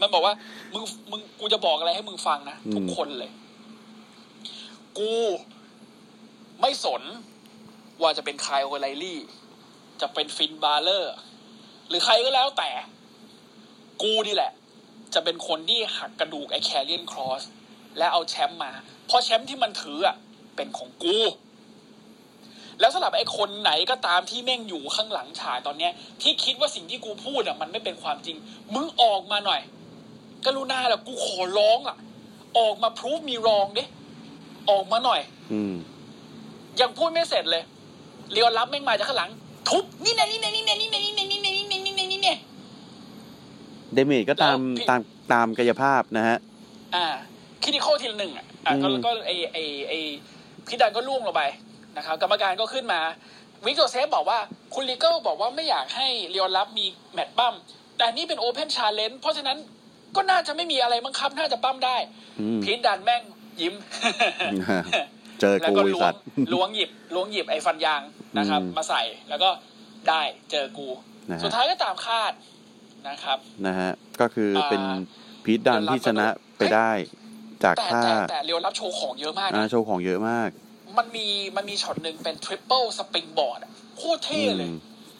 C: มันบอกว่า มึงมึงกูจะบอกอะไรให้มึงฟังนะ
B: อืม
C: ทุกคนเลย กูไม่สน ว่าจะเป็นใครโอไลลี่ จะเป็นฟินบาเลอร์ หรือใครก็แล้วแต่ กูนี่แหละ จะเป็นคนที่หักกระดูกไอ้แคเรียนครอส และเอาแชมป์มา เพราะแชมป์ที่มันถืออ่ะ เป็นของกู แล้วสำหรับไอ้คนไหนก็ตามที่แม่งอยู่ข้างหลังฉากตอนเนี้ย ที่คิดว่าสิ่งที่กูพูดอ่ะมันไม่เป็นความจริง มึงออกมาหน่อย กรุณาล่ะกูขอร้องล่ะ ออกมาพรูฟมีรองดิออกมาหน่อย
B: อืม
C: ยังพูดไม่เสร็จเลยเรียวรับแม่งมาจากข้างหลัง ทุบนี่แน่นี่แน่นี่แน่นี่แน่นี่แน่นี่แน่นี่แน่นี่แน่นี่แน่
B: เดเมจก็ตาม
C: แล้วพี่
B: ตามตามกายภาพนะฮะ
C: อ่าคิดิโคทีละหนึ่งอ่ะอ่ะก็
B: อืม
C: ก็ไอไอไอพี่ดันก็ล่วงลงไปนะครับ กรรมการก็ขึ้นมา วิกโตเซฟบอกว่าคุณลีเกิลบอกว่าไม่อยากให้เรียวรับมีแมตช์ปั้มแต่นี่เป็นโอเพนชาเลนจ์เพราะฉะนั้นก็น่าจะไม่มีอะไรมั้งครับน่าจะปั้มได้
B: อืม
C: พีทดันแม่งยิ้ม
B: เจอ
C: แล้ว
B: กู
C: ก็
B: ไอ้
C: ล้ว
B: สั
C: ง
B: ตว์
C: ล้วงหยิบล้วงหยิบไอ้ฟันยางนะครับ
B: อืม
C: มาใส่แล้วก็ได้เจอกู
B: นะฮะ
C: สุดท้ายก็ตามคาดนะครับ
B: นะฮะ ก็คือเป็น
C: อ่า
B: พีทดันที่ชนะไปได้ จาก
C: แต่
B: ท่า
C: แต่แต่เรียวรับโชว์ของเยอะมาก
B: อา
C: นะ
B: โชว์ของเยอะมาก
C: มันมีมันมีช็อตหนึ่งเป็นทริปเปิลสปริงบอร์ดโคตร
B: อื
C: เท่เลย
B: ม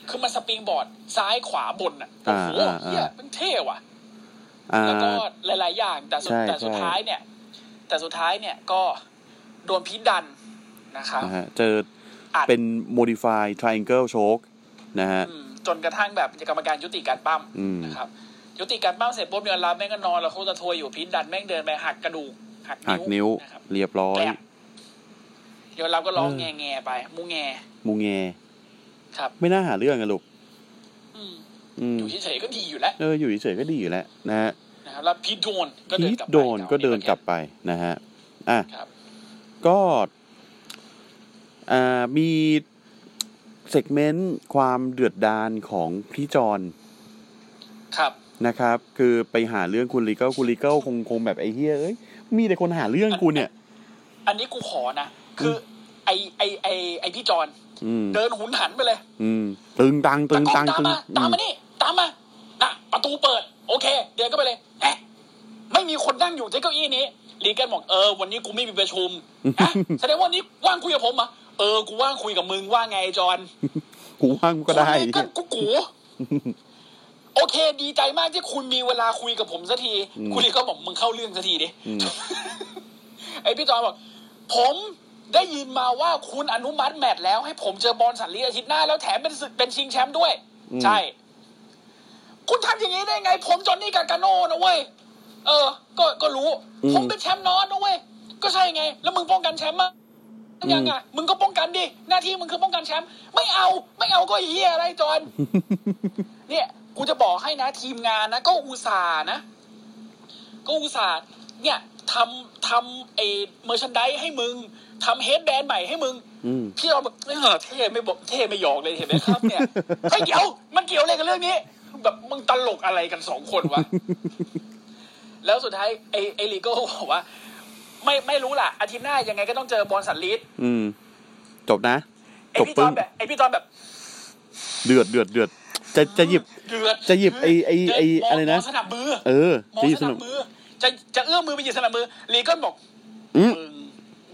C: คือมันสปริงบอร์ดซ้ายขวาบนอ่ะโอ้
B: อ่า
C: โห
B: อ่าอ่า
C: เฮียมันเท่ว่ะ
B: อ่า
C: แล้วก็หลาย ๆ อย่างแต่สุด
B: ใช่
C: แต่สุด
B: ใช่
C: ท้ายเนี่ย แต่สุดท้ายเนี่ยก็โดนพีทดันนะครับ
B: นะฮะ เจอ
C: อัด
B: เป็น modify triangle choke นะฮะ
C: อืมจนกระทั่งแบบกรรมการยุติการปั้ม
B: อืม
C: นะครับ ยุติการปั้มเสร็จปุ๊บเนี่ยรับแม่งก็นอนแล้วโคตรโทยอยู่พินดันแม่งเดินไปหักกระดูกหัก
B: หักนิ้
C: นิ้
B: ว
C: นะครับ
B: เรียบร้อย
C: แกะเดี๋ยวรับก็ร้อง
B: เออ
C: แงแงๆไป มูแง
B: มูงแง
C: ครับ
B: ไม่น่าหาเรื่องอะลูก
C: อืม
B: อืม
C: อยู่เฉยๆก็ดีอยู่แล้ว
B: เอออยู่เฉยๆก็ดีอยู่แล้วนะฮะ
C: นะครับแล้วพีทโดนก็
B: พี
C: เดิน
B: ท
C: กลับไป
B: โดนก็เดินกลับไปนะฮะ อ่ะ
C: ครับ
B: ก็ อ่า มีเซกเมนต์ความเดือดดานของพี่จอน
C: ครับ
B: นะครับ คือไปหาเรื่องคุณลีเกลคุณลีเกลคงคงแบบไอ้เฮียเอ้ย มีแต่คนหาเรื่องกูเนี่ย
C: อันนี้กูขอนะ คืออไอไอไอไอพี่จอน
B: อืม
C: เดินหุนหันไปเลย
B: อืม ตึงตังตึงตัง
C: ตาม
B: ตึง
C: มา
B: อื
C: ตาม
B: ม
C: มานี่ตามมาน่ะประตูเปิด โอเค เดินก็ไปเลยแอะไม่มีคนนั่งอยู่ที่เก้าอี้นี้ลีแกนบอกเออวันนี้กูไม่มีประชุมอะแสดงว่าวันนี้ว่างคุยกับผมเหรอ่ะเออกูว่างคุยกับมึงว่าไงจอน
B: กูว่างก็ได้
C: คุณลีแกนกูกูโอเค ดีใจมากที่คุณมีเวลาคุยกับผมสักที
B: อืม
C: คุณลีก็บอกมึงเข้าเรื่องสักทีดิ
B: อืม
C: ไอพี่จอยบอกผมได้ยินมาว่าคุณอนุมัติแมตช์แล้วให้ผมเจอบอลสันลีอาทิตย์หน้า แล้วแถมเป็นศึกเป็นชิงแชมป์ด้วย
B: อืม
C: ใช่ คุณทำอย่างนี้ได้ไง ผมจอนนี่กาการโน่นะเว้ยเออ ก็ก็รู้ ผมเป็นแชมป์นอนนะเว้ยก็ใช่ไง แล้วมึงป้องกันแชมป์มายังไงมึงก็ป้องกันดิหน้าที่มึงคือป้องกันแชมป์ไม่เอา ไม่เอาก็ไอ้เฮียอะไรจ (laughs) อนเนี่ยกูจะบอกให้นะ ทีมงานนะก็อุตส่าห์นะ ก็อุตส่าห์เนี่ยทำทำไอ้เมอร์ชันไดให้มึงทำเฮดแบนใหม่ให้มึง
B: อืม
C: พี่เราแบบเออเท่ไม่บอกเท่ไม่หยอกเลยเห็นไหมครับ (laughs) เนี่ย เฮ้ยเดี๋ยวมันเกี่ยวอะไรกับเรื่องนี้ แบบมึงตลกอะไรกันสองคนวะ แล้วสุดท้ายไอ้ไอ้ลีโก้บอกว่า ไม่ไม่รู้ล่ะอาทิตย์หน้ายังไงก็ต้องเจอบอลสันลีด
B: อืม จบนะ
C: ไอ้
B: จบ
C: พี่จ
B: ปึ้
C: อง มแบบไอ้พี่จอมแบบ
B: เดือดเดือดเดือด จะจะหยิบ
C: เดือด
B: จะหยิบไอ้ไอ้ไอ้
C: มง
B: อะไรนะ
C: มงสนับมือ
B: เออ
C: มอง
B: จะหยิบ
C: ส
B: ส
C: นั
B: นุ
C: บ
B: ก
C: มือ จะจะเอื้อมมือไปหยิบสนับมือลีโก้บอก
B: อืม
C: มึง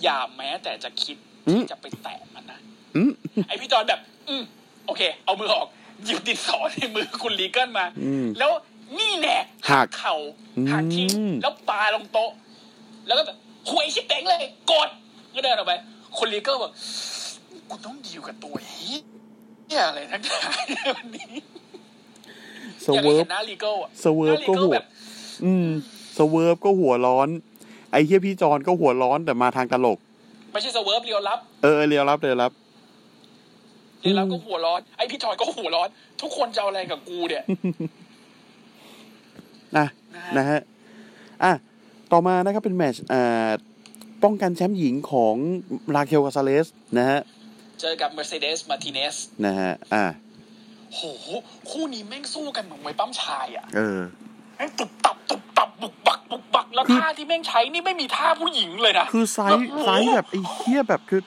C: อย่าแม้แต่จะคิด
B: อืม
C: ที่จะไปแตะมันนะ
B: อืม
C: ไอพี่จอนแบบ อืมโอเค เอามือออกหยิบดินสอในมือคุณลีเกิลมา
B: อืม
C: แล้วนี่แน่
B: หัก
C: เข่าหักทิ้ง
B: อืม
C: แล้วปาลงโต๊ะ แล้วก็แบบหวยชิบเต็งเลยกดก็เดินออกไป คุณลีเกิลบอกกูต้องดีลกับตัวเฮียเนี่ยอะไรทั้งหลายวันนี้
B: ส
C: อยากให้
B: เวิร์
C: เห็
B: บ
C: นหน้าลีเกิลอะ
B: สเวิร์ฟ
C: หน้าลี
B: ก็
C: เกิล
B: หัว
C: แบบ
B: อืม สเวิร์ฟก็หัวร้อน ไอ้เฮียพี่จอนก็หัวร้อนแต่มาทางตลก
C: ไม่ใช่สเวิร์ฟเรียวรับ
B: เออเรียวรับเรียวรับ
C: เรียนรับก็หัวร้อน ไอพี่จอยก็หัวร้อน ทุกคนจะเอาอะไรกับกู
B: (laughs)
C: เนี่ย
B: นะนะ
C: นะฮะ
B: ฮะ อ่ะ ต่อมานะครับเป็นแมตชอ่า ป้องกันแชมป์หญิงของราเคลกาซาเลส นะฮะ
C: เจอกับ Mercedes Martinez
B: นะฮะ อ่ะ
C: โห คู่นี้แม่งสู้กันเหมือนมวยปั้มชายอะ
B: เออ
C: แม่งตุบตับตุบตับบุกบักบุกบัก แล้วท่าที่แม่งใช้นี่ไม่มีท่าผู้หญิงเลยนะ
B: คือไซส์
C: (laughs)
B: ไซส์แบบไอ้เหี้ยแบบคือ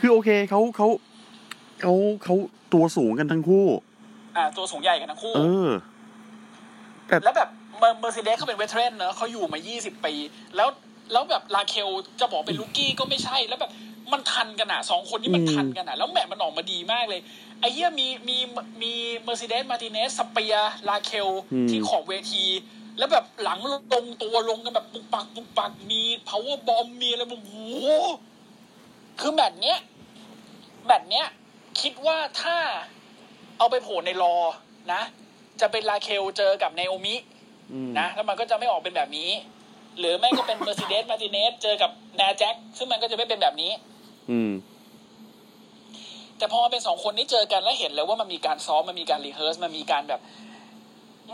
B: คือโอเคเขาเขาเขาเขาตัวสูงกันทั้งคู่
C: อ่าตัวสูงใหญ่กันทั้งคู่
B: เออ
C: แล้วแบบเมอร์เซเดสเขาเป็นเวทเทรนเนอะเขาอยู่มา 20 ปี แล้วแล้วแบบลาเคลจะบอกเป็นลูกกี้ก็ไม่ใช่ แล้วแบบมันทันกันอะสองคนนี้มัน
B: อืม
C: ทันกันอะแล้วแมตช์มันออกมาดีมากเลย ไอ้เหี้ยมีมีมีเมอร์เซเดสมาติเนสสเปียลาเคลที่ขอบเวที แล้วแบบหลังลงตัวลงกันแบบปุกปักปุกปักมี power bomb มีอะไรแบบโอ้โหคือแมตช์เนี้ยแมตช์เนี้ย คิดว่าถ้าเอาไปโผล่ในรอนะ จะเป็นลาเคลเจอกับไนโอมิ
B: อืม
C: นะแล้วมันก็จะไม่ออกเป็นแบบนี้ หรือไม่ก็เป็น Mercedes Martinez เจอกับนาแจ็คซึ่งมันก็จะไม่เป็นแบบนี้
B: อืม
C: แต่พอมาเป็นสองคนนี้เจอกันแล้วเห็นเลยว่ามันมีการซ้อมมันมีการรีเฮิร์สมันมีการแบบ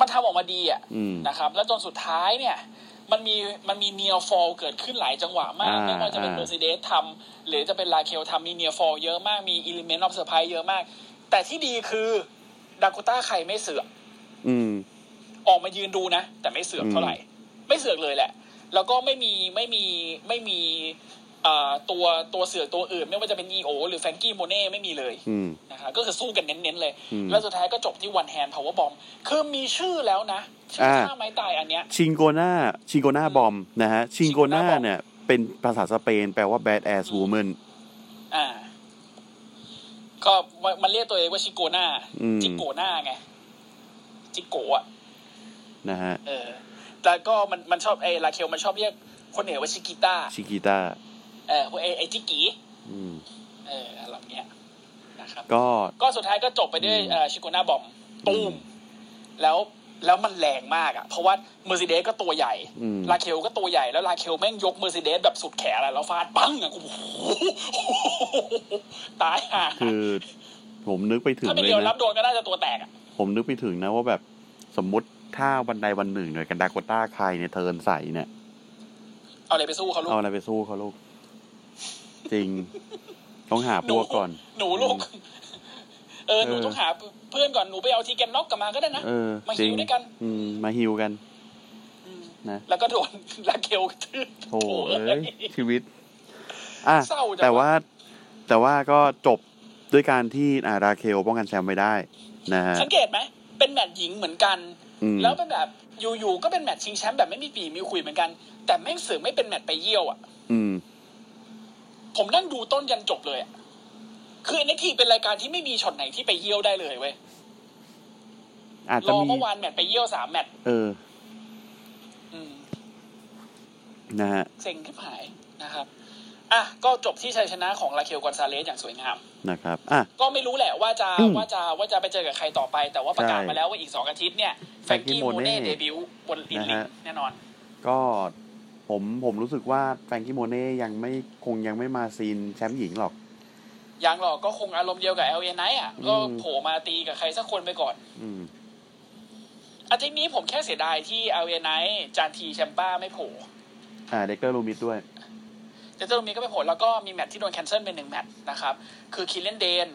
C: มันทำออกมาดีอ่ะ
B: อืม
C: นะครับ แล้วจนสุดท้ายเนี่ย มันมีมันมีเนียฟอลเกิดขึ้นหลายจังหวะมาก
B: อ่า
C: ไม่ว่าจะเป็น
B: อ่า
C: เมอร์เซเดสทำหรือจะเป็นลาเคลทำมีเนียฟอลเยอะมากมีอิเลเมนต์ออฟเซอร์ไพรส์เยอะมาก แต่ที่ดีคือดากูต้าใครไม่เสือก
B: อืม
C: ออกมายืนดูนะ แต่ไม่เสือกเท่าไหร่ ไม่เสือกเลยแหละ แล้วก็ไม่มีไม่มีไม่มีเอ่อตัวตัวเสือกตัวอื่น ไม่ว่าจะเป็นอีโอหรือแฟรงกี้โมเน่ไม่มีเลย
B: อืม
C: นะคะก็คือสู้กันเน้นๆเลย
B: อืม
C: แล้วสุดท้ายก็จบที่วันแฮนด์พาวเวอร์บอมคือมีชื่อแล้วนะชื่อ
B: อ่า
C: ท่าไม้ตายอันเนี้ย
B: ชิงโกนาชิงโกนาบอมนะฮะ ชิงโกนา
C: Chingona Bomb
B: เนี่ย เป็นภาษาสเปน แปลว่า bad ass woman
C: อ่า ก็มันมันเรียกตัวเองว่าชิโกนา
B: อืม
C: จิโกนาไงจิโกะอะ
B: นะฮะ
C: เออแล้วก็มันมันชอบไอ้ลาเคลมันชอบเรียกคนเหนือว่าชิกิต้า
B: ชิกิตา
C: เออพวกไอ้ไอ้จิกี
B: อืม
C: เอออะไรแบบเนี้ยนะครับ
B: ก็
C: ก็สุดท้ายก็จบไปด้วย
B: อืม
C: เอ่อชิโกนาบอม ตู
B: อื
C: ม
B: ม
C: แล้ว แล้วมันแรงมากอ่ะ เพราะว่าเมอร์เซเดสก็ตัวใหญ่
B: อืม
C: ลาเคลก็ตัวใหญ่แล้วลาเคลแม่งยกเมอร์เซเดสแบบสุดแขนอะแล้วฟาดปั้งอ่ะกูโอ้โหตายห่า
B: คือผมนึกไปถึง
C: ถ้าเป็น
B: เลย
C: เดียวรั
B: นะ
C: บโดนก็น่าจะตัวแตกอ่ะ
B: ผมนึกไปถึงนะว่าแบบสมมติถ้าวันใดวันหนึ่งหน่วยกันดาโคต้าใครเนี่ยเทิร์นใส่เนี่ย
C: เอาอะไรไปสู้เขาลูก
B: เอาอะไรไปสู้เขาลูก จริง ต้องหาพวกก่อน
C: หนูลูก เออ หนู
B: เออ
C: ต้องหาเพื่อนก่อน หนูไปเอาทีแกนน็อกกลับมาก็ได้นะ
B: เออ
C: มา
B: จ
C: ฮิ
B: ริง
C: วด้วยกัน
B: อืม มาฮิวกัน
C: อืม
B: นะ
C: แล้วก็โดน (laughs) ลาเคลกระทืบ
B: โถ่เอ้ย ชีวิต อ่ะ
C: เศร้าจัง
B: แต่ว่า แต่ว่าก็จบด้วยการที่อาราเคลป้องกันแชมป์ไม่ได้ นะฮะ
C: สังเกตไหม เป็นแมตช์หญิงเหมือนกัน
B: อืม
C: แล้วเป็นแบบ อยู่ๆ ก็เป็นแมตช์ชิงแชมป์แบบไม่มีปีมีคุยเหมือนกัน แต่แม่งเสือกไม่เป็นแมตช์ไปเยี่ยวอ่ะ
B: อืม
C: ผมนั่งดูต้นยันจบเลยอ่ะ คือเอ็นทีเป็นรายการที่ไม่มีช็อตไหนที่ไปเยี่ยวได้เลยเว้ย
B: อาจ
C: ร
B: จะ
C: อ
B: มี
C: เมื่อวานแมตช์ไปเยี่ยวสามแมตช์
B: เออ
C: อืม
B: นะฮะ
C: เซ็งที่หายนะครับ อ่ะ ก็จบที่ชัยชนะของลาเคลกอนซาเลสอย่างสวยงาม
B: นะครับ อ่ะ
C: ก็ไม่รู้แหละว่าจะ
B: อืม
C: ว่าจะว่าจะไปเจอกับใครต่อไป แต่ว่าประกาศ
B: ใช่
C: มาแล้วว่าอีกสองอาทิตย์เนี่ยแฟรง
B: Frankie
C: กี้โม
B: Monet
C: เน่เดบิวต์บนลินลิ
B: นะ
C: ง
B: ฮะ
C: แน่นอน
B: ก็ผมผมรู้สึกว่าแฟรงกี้โมเน่ยังไม่คงยังไม่มาซีนแชมป์หญิงหรอก
C: ยังหรอกก็คงอารมณ์เดียวกับเอลเอไนท์อ่ะ
B: อืม
C: ก็โผล่มาตีกับใครสักคนไปก่อน
B: อืม
C: อาทิตย์นี้ผมแค่เสียดายที่เอลเอไนท์จานทีแชมป้าไม่โผล่
B: อ่า เด็กเกอร์ลูมิดด้วย
C: เจเจอร์มีก็ไม่โผล่แล้วก็มีแมตช์ที่โดนแคนเซิลเป็นหนึ่งแมตช์นะครับ คือคิลเลนเดน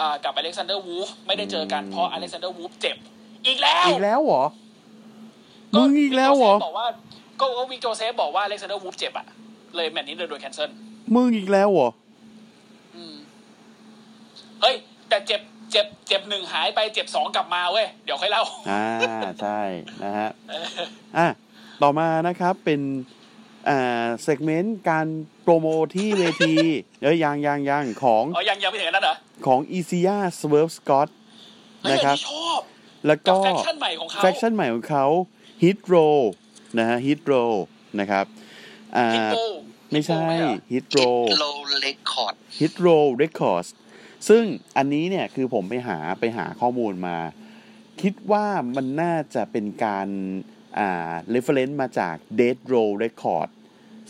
C: อ่ากับอเล็กซานเดอร์วูฟไม่ได้เจอกันเพราะอเล็กซานเดอร์วูฟเจ็บอีกแล้ว
B: อีกแล้วเหรอ มึงอีกแล้วเหรอ
C: ก็วิกโจเซฟบอกว่าก็ก็วิกโจเซฟบอกว่าเล็กซานเดอร์วูฟเจ็บอะเลยแมตช์นี้เลยโดนแคนเซิล
B: มึงอีกแล้วเหรอ
C: อืมเฮ้ย แต่เจ็บเจ็บเจ็บหนึ่งหายไปเจ็บสองกลับมาเว้ย เดี๋ยวค่อยเล่า
B: อ่า ใช่ นะฮะ อ่ะ ต่อมานะครับเป็นอ่าเซกเมนต์การโปรโมที่เวที (laughs) เอ้ยยังยังยังของ
C: อ๋อ ยังยังไม่ถึงอันนั้นเหรอ
B: ของอีซียาสเวิร์ฟสกอต
C: เฮ้ย
B: นะ
C: อัน
B: ครับ
C: นี้ชอบ
B: แล้ว
C: กับ
B: ก็
C: แฟคชั่นใหม่ของเขา
B: แฟคชั่นใหม่ของเขาฮิตโรนะฮะฮิตโรนะครับอ่า
C: ฮิปโป
B: ไม่ใช่
C: ฮิปโป
B: ฮิตโร
C: เหรอ
D: โลเลคคอร์ด
B: ฮิตโรเรคคอร์สซึ่งอันนี้เนี่ยคือผมไปหาไปหาข้อมูลมา คิดว่ามันน่าจะเป็นการอ่าเรฟเฟรนซ์มาจาก Dead Row Record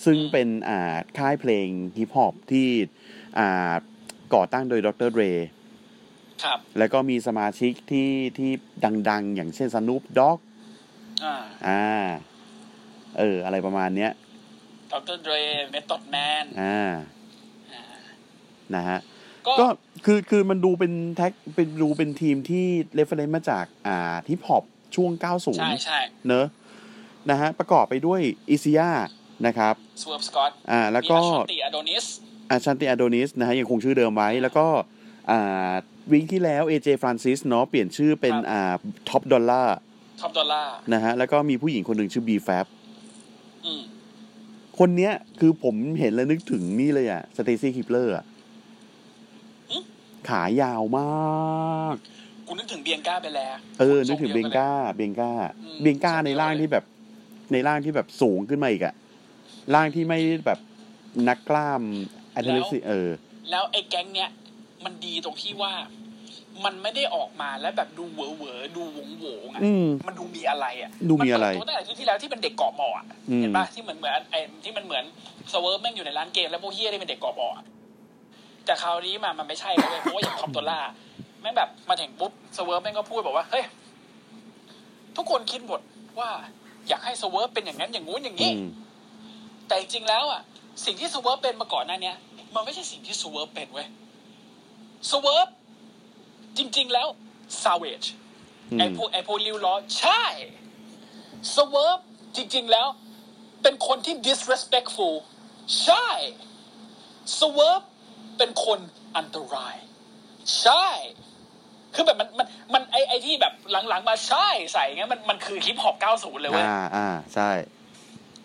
B: ซึ่งเป็นอ่าค่ายเพลงฮิปฮอปที่อ่าก่อตั้งโดยดรเร
C: ครับ
B: แล้วก็มีสมาชิกที่ที่ดังๆ อย่างเช่น Snoop Dogg
C: อ่า
B: อ่า เออ อะไรประมาณเนี้ย
C: ดรเดรเมทอดแมน
B: อ่า นะฮะ
C: ก็
B: ก็ คือ คือ มันดูเป็นแท็ก เป็น ดูเป็นทีมที่เรฟเฟรนซ์มาจาก อ่าฮิปฮอปช่วง
C: ใช่
B: 90
C: ใช่
B: เนอะ นะฮะ ประกอบไปด้วยอิซิยานะครับ
C: สวอปสกอต
B: อ่า แล้วก็
C: มีอัชติอโดนิส
B: อาชันติอโดนิสนะฮะ ยังคงชื่อเดิมไว้ แล้วก็ อ่า วิงที่แล้ว AJ Francis เนาะ เปลี่ยนชื่อเป็น
C: ครับ
B: อ่า ท็อปดอลล่า
C: ท็อปดอลล่าร์
B: นะฮะ แล้วก็มีผู้หญิงคนหนึ่งชื่อ B-Fab
C: อืม
B: คนเนี้ยคือผมเห็นแล้วนึกถึงนี่เลยอะสเตซี่คิปเลอร์อะขายาวมาก
C: กูนึกถึงเบียงก้าไปแล้ว
B: เออ นึกถึงเบงก้า เบงก้า
C: อืม
B: เบงก้าในร่าง
C: ใช่
B: ที่แบบ ในร่างที่แบบสูงขึ้นมาอีกอะร่างที่ไม่แบบนักกล้ามแอตเลติกเออ
C: แล้วไอ้แก๊งเนี้ยมันดีตรงที่ว่า มันไม่ได้ออกมาแล้วแบบดูเหวอเหวอๆดูหวงหวงๆอ่ะ
B: อืม
C: มันดูมีอะไรอ่ะ
B: ดูมีอะไร
C: นเปิตัวตั้งแต่อาที่ที่แล้วที่เป็นเด็กเกาะหมออ่ะ
B: อืม
C: เห็นปะที่เหมือนเหมือนไอ้ที่มันเหมือนสเวิร์ฟแม่งอยู่ในร้านเกมแล้วพวกเฮียได้เป็นเด็กเกาะหมออะแต่คราวนี้มามันไม่ใช่แล้วเว้ยเพราะว่าอย่างคอมตัวล่าแม่งแบบมาถึงปุ๊บสเวิร์ฟแม่งก็พูดบอกว่าเฮ้ยทุกคนคิดหมดว่า อยากให้สเวิร์ฟเป็นอย่างนั้นอย่างงู้นอย่าง
B: อื
C: นี้
B: ม
C: แต่จริงๆแล้วอ่ะ สิ่งที่สเวิร์ฟเป็นมาก่อนหน้าเนี้ย มันไม่ใช่สิ่งที่สเวิร์ฟเป็นเว้ยสเวิร์ฟจริงๆแล้วซาเวจ
B: อืม
C: ไอพวกไอพวกริ้วล้อใช่สเวิร์ฟจริงๆแล้ว เป็นคนที่ disrespectful ใช่สเวิร์ฟเป็นคนอันตราย ใช่ คือแบบมันมันมันไอไอที่แบบหลังๆมาใช่ใส่เงี้ยมันมันคือฮิปฮอป90 เลยเว้ย
B: อ่า อ่า ใช่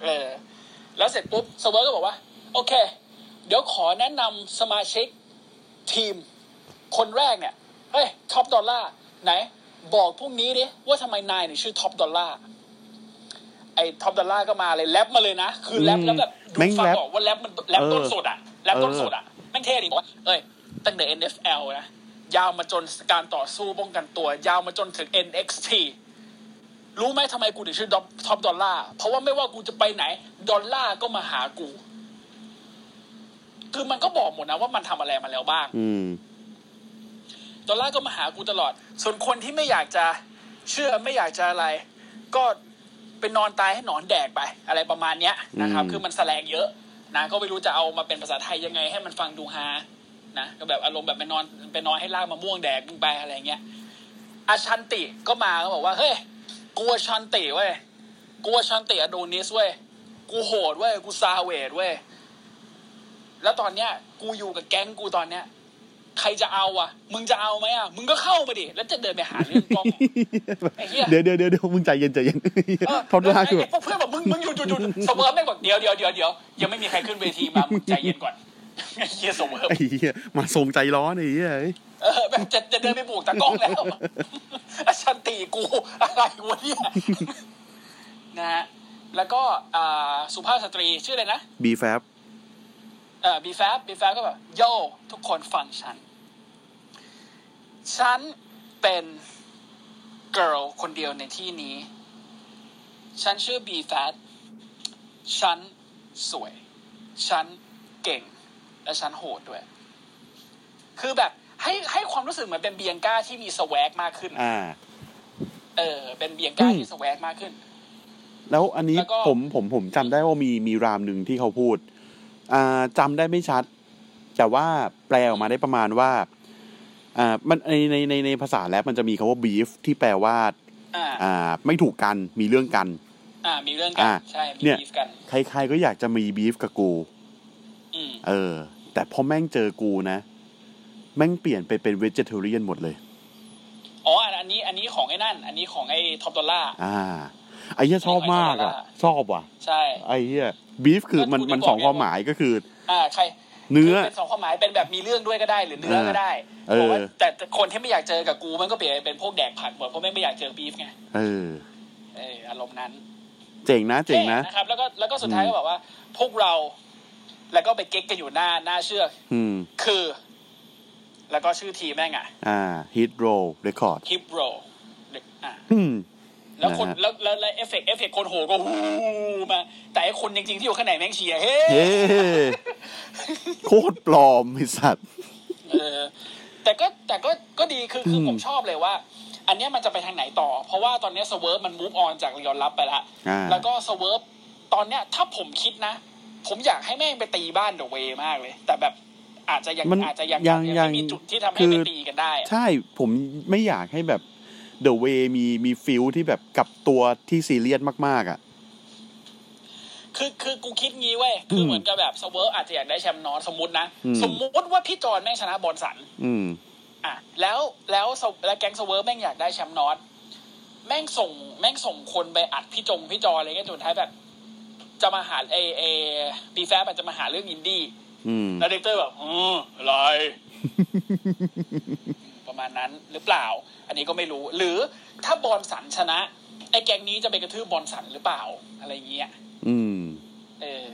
C: เออ แล้วเสร็จปุ๊บสเวิร์กก็บอกว่า โอเค เดี๋ยวขอแนะนำสมาชิกทีม คนแรกเนี่ย เฮ้ยท็อปดอลล่าร์ไหน บอกพวกนี้ดิว่าทำไมนายถึงชื่อท็อปดอลล่าร์ไอ้ท็อปดอลล่าร์ก็มาเลยแรปมาเลยนะ คือแรป
B: อืม
C: แล้วแบบดู
B: แม่ง
C: ฟัง
B: แรป
C: ออกว่าแรปมันแรป
B: เออ
C: ต้นสุดอะแรปต้น
B: เออ
C: สุดอะแม่งเท่ดิบอกว่าเอ้ย ตั้งแต่ NFL นะ ยาวมาจนการต่อสู้ป้องกันตัว ยาวมาจนถึง NXT รู้ไหมทำไมกูถึงชื่อท็อปดอลล่าเพราะว่าไม่ว่ากูจะไปไหน ดอลล่าก็มาหากู คือมันก็บอกหมดนะว่ามันทำอะไรมาแล้วบ้าง
B: อืม
C: ดอลลาร์ก็มาหากูตลอด ส่วนคนที่ไม่อยากจะเชื่อไม่อยากจะอะไร ก็เป็นนอนตายให้หนอนแดกไป อะไรประมาณเนี้ยนะครับ
B: อืม
C: คือมันแสลงเยอะนะก็ไม่รู้จะเอามาเป็นภาษาไทยยังไง ให้มันฟังดูฮานะก็แบบอารมณ์แบบไปนอนไปนอนให้ล่ากมะม่วงแดกมึงไปอะไรเงี้ยอาชันติก็มาก็บอกว่าเฮ้ยกลัวชันติเว้ยกลัวชันติอโดนิสเว้ยกูโหดเว้ยกูซาเวดเว้ยแล้วตอนเนี้ย กูอยู่กับแก๊งกูตอนเนี้ย ใครจะเอาอ่ะ มึงจะเอาไหมอ่ะ มึงก็เข้ามาดิ แล้วจะเดินไปหาเรื่องกล้อง
B: (laughs)
C: ไอ้เหี้ย
B: เดี๋ยวเดี๋ยวเดี๋ยวเดี๋ยวมึงใจเย็นใจเย็น
C: เออ
B: ท็อปดอลล่าคือแบ
C: ไไพวกเพื่อนบอกมึงมึงหยุดหยุดหยุ
B: (laughs)
C: ดเสมอไม่งบอกเดี๋ยวเดี๋ยวเดี๋ยวเดี๋ยวยังไม่มีใครขึ้นเวทีมา มึงใจเย็นก่อน (laughs) ไอ้เฮียเสมอบ
B: ไอ้เหี้ยมาทรงใจร้อนไอ้เหี้ย
C: เออแบบจะจะเดินไปบุกตากล้องแล้ว (laughs) อาชันตีกูอะไรวะเนี่ยนะฮะแล้วก็อ่าสุภาพสตรีชื่ออะไรนะ
B: บีแฟบ
C: เอ่อบีแฟบบีแฟบก็แบบโยทุกคนฟังฉัน ฉันเป็น girl คนเดียวในที่นี้ ฉันชื่อ B Fat ฉันสวย ฉันเก่ง และฉันโหดด้วย คือแบบให้ให้ความรู้สึกเหมือนเป็นเบียงก้าที่มีสแวกมากขึ้น
B: อ่า
C: เออ เป็นเบียงก้าที่สแวกมากขึ้น
B: แล้วอันนี้
C: แล้วก็
B: ผมผมผมจำได้ว่ามีมีรามหนึ่งที่เขาพูด อ่าจำได้ไม่ชัด แต่ว่าแปลออกมาได้ประมาณว่า อ่ามันในในในในภาษาแรปมันจะมีคาว่า beef ที่แปลว่า
C: อ่า
B: อ่า ไม่ถูกกันมีเรื่องกัน
C: อ่า มีเรื่องกัน
B: อ่ะ
C: ใช่ มี
B: เนี่ย
C: บีฟกัน
B: ใครๆก็อยากจะมี beef กับกู
C: อืม
B: เออ แต่พอแม่งเจอกูนะ แม่งเปลี่ยนไปเป็น vegetarian หมดเลย
C: อ๋อ อันอันนี้ อันนี้ของไอ้นั่น อันนี้ของไอ้ท็อปดอลล่า
B: อ่าไอ้เหี้ยชอบมากอ่ะ ชอบว่ะ
C: ใช่
B: ไอ้เหี้ย beef คือมันมันสองความหมายก็คือ
C: อ่า ใคร
B: เนื้อ
C: คือเป็นสองความหมาย เป็นแบบมีเรื่องด้วยก็ได้ หรือเนื้อก็ได้
B: เออ
C: บอกว่าแต่แต่คนที่ไม่อยากเจอกับกูมันก็เปลี่ยนเป็นพวกแดกผักหมดเพราะไม่ไม่อยากเจอบีฟไง
B: เออ
C: เอออารมณ์นั้น
B: เจ๋งนะเจ๋งนะ
C: ท่ครับ แล้วก็แล้วก็สุดท้ายก็บอกว่า พวกเรา แล้วก็ไปเก๊กกันอยู่หน้าหน้าเชือก
B: อืม
C: คือ แล้วก็ชื่อทีมแม่งอะ
B: อ่า hit roll record
C: ฮิปโรอ่ะ
B: อืม
C: แล้วคน
B: นะฮะ
C: แล้วแล้วแล้วเอฟเฟกต์เอฟเฟกต์คนโหก็ฮูมา แต่ไอคนจริงๆที่อยู่ข้างในแม่งเชียร์เฮ้
B: เฮ้โคตรปลอมไอ้สัตว์
C: เออแต่ก็แต่ก็ก็ดีคือคืออ
B: ม
C: ผมชอบเลยว่า อันเนี้ยมันจะไปทางไหนต่อ เพราะว่าตอนเนี้สเวิร์ฟมันมูฟออนจากเรียลลับไปละ
B: อ่า
C: แล้วก็สเวิร์ฟตอนเนี้ยถ้าผมคิดนะ ผมอยากให้แม่งไปตีบ้านเดอะเวย์มากเลย แต่แบบอาจจะยัง
B: มัน
C: อาจจะยัง
B: ยัง
C: ยัง
B: ยัง
C: ไม่มีจุดที่ทำ
B: คื
C: ให้
B: อ
C: ไปตีกันได้อะ
B: ใช่ผมไม่อยากให้แบบ the way มีมีฟิลที่แบบกับตัวที่ซีเรียสมาก ๆ อ่ะ
C: คือคือกูคิดงี้เว้ยคือเหมือนกับแบบสเวิร์ฟอาจจะอยากได้แชมป์นอตสมมตินะ
B: อืม
C: สมมติว่าพี่จอนแม่งชนะบอลสัน
B: อืม
C: อ่ะแล้วแล้วสวแล้วแก๊งสเวิร์ฟแม่งอยากได้แชมป์นอตแม่งส่งแม่งส่งคนไปอัดพี่จงพี่จออะไรเงี้ยจนท้ายแบบ จะมาหาเอเอปีแฟบจะมาหาเรื่องอินดี้
B: อืม
C: แล้วเด็กเตอร์แบบอืออะไร ประมาณนั้นหรือเปล่า อันนี้ก็ไม่รู้ หรือถ้าบอลสันชนะ ไอ้แก๊งนี้จะไปกระทืบบอลสันหรือเปล่า อะไรเงี้ย
B: อืม
C: เออ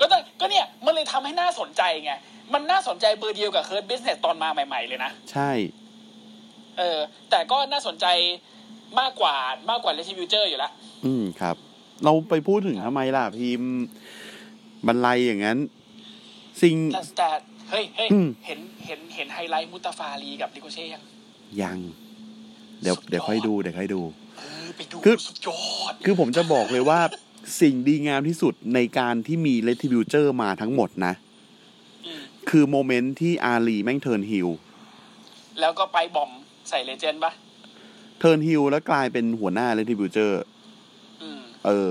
C: ก็ต้องก็เนี่ย มันเลยทำให้น่าสนใจไงมันน่าสนใจเบอร์เดียวกับเคิร์ดบิสเนสตอนมาใหม่ๆเลยนะ
B: ใช่
C: เออแต่ก็น่าสนใจมากกว่ามากกว่าเ e ทิบิวเจอร์อยู่ละ
B: อืมครับ เราไปพูดถึงทำไมล่ะพิมพ์บรรลัยอย่างนั้น สิ่ง
C: แต่แต่เฮ้ยเฮ้ย
B: อืม
C: เห็นเห็นเห็นไฮไลท์มุตาฟารีกับลิโกเช่ยัง
B: ยัง เดี๋ยวเดี๋ยวค่อยดูเดี๋ยวค่อยดู
C: เออไปดู
B: คือ
C: สุดยอด
B: คือผมจะบอกเลยว่า สิ่งดีงามที่สุดในการที่มีเลติบิวเจอร์มาทั้งหมดนะ
C: อืม
B: คือโมเมนต์ที่อาลีแม่งเทิร์นฮิล
C: แล้วก็ไปบอมใส่เลเจนด์ปะ
B: เทิร์นฮิลแล้วกลายเป็นหัวหน้าเลติบิวเจอร์
C: อืม
B: เออ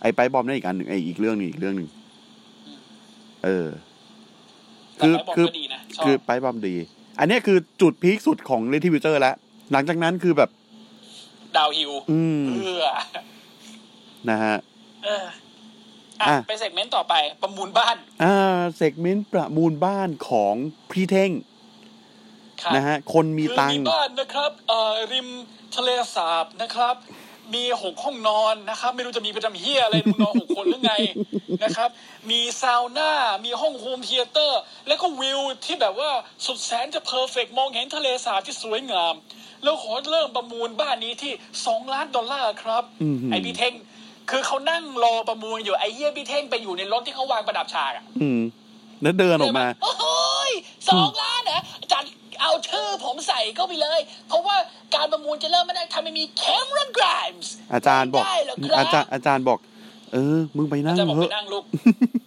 B: ไอ้ไปบอมนั่นอีกอันหนึ่งไอ้อีกเรื่องหนึงอีกเรื่องหนึ่งเออ
C: แต่ไปบอม
B: คือ
C: ก็ดีนะชอบ
B: คือไปบอมดี อันเนี้ยคือจุดพีคสุดของเลติบิวเจอร์แล้ว หลังจากนั้นคือแบบ
C: ดาวฮิล
B: อืม
C: เออ
B: นะฮะ
C: เอออ่ะ
B: อ่ะ
C: ไปเซกเมนต์ต่อไปประมูลบ้าน
B: อ่าเซกเมนต์ประมูลบ้านของพี่เท่ง
C: ครับ
B: นะฮะ คนมี
C: คือ
B: ตัง
C: มี
B: ค์
C: บ้านนะครับเอ่อริมทะเลสาบนะครับ มีหกห้องนอนนะครับ ไม่รู้จะมีไปทำเฮียอะไรมึงนอนหกคนหรือไงนะครับ มีซาวน่ามีห้องโฮมเธียเตอร์ แล้วก็วิวที่แบบว่าสุดแสนจะเพอร์เฟกมองเห็นทะเลสาบที่สวยงาม แล้วขอเริ่มประมูลบ้านนี้ที่สองล้านดอลลาร์ครับ
B: อืม
C: ไอพี่เท่งคือเขานั่งรอประมูลอยู่ไอเยี่ยพี่เท่งไปอยู่ในรถที่เขาวางประดับฉากอะ
B: อืม แล้วเดินออกมา
C: โอ้โหยสองล้านเหรอจัดเอาชื่อผมใส่เข้าไปเลย เพราะว่าการประมูลจะเริ่มไม่ได้ถ้าไม่มีแคมรอนกรามส์
B: อาจารย์บอก
C: ไม่ได้หรอกครับ
B: อาจารย์อาจารย์บอก เออ มึงไปนั่
C: อางจารย์บอก
B: เถ
C: ไป
B: อะ
C: นั่ง
B: (laughs)
C: ลูก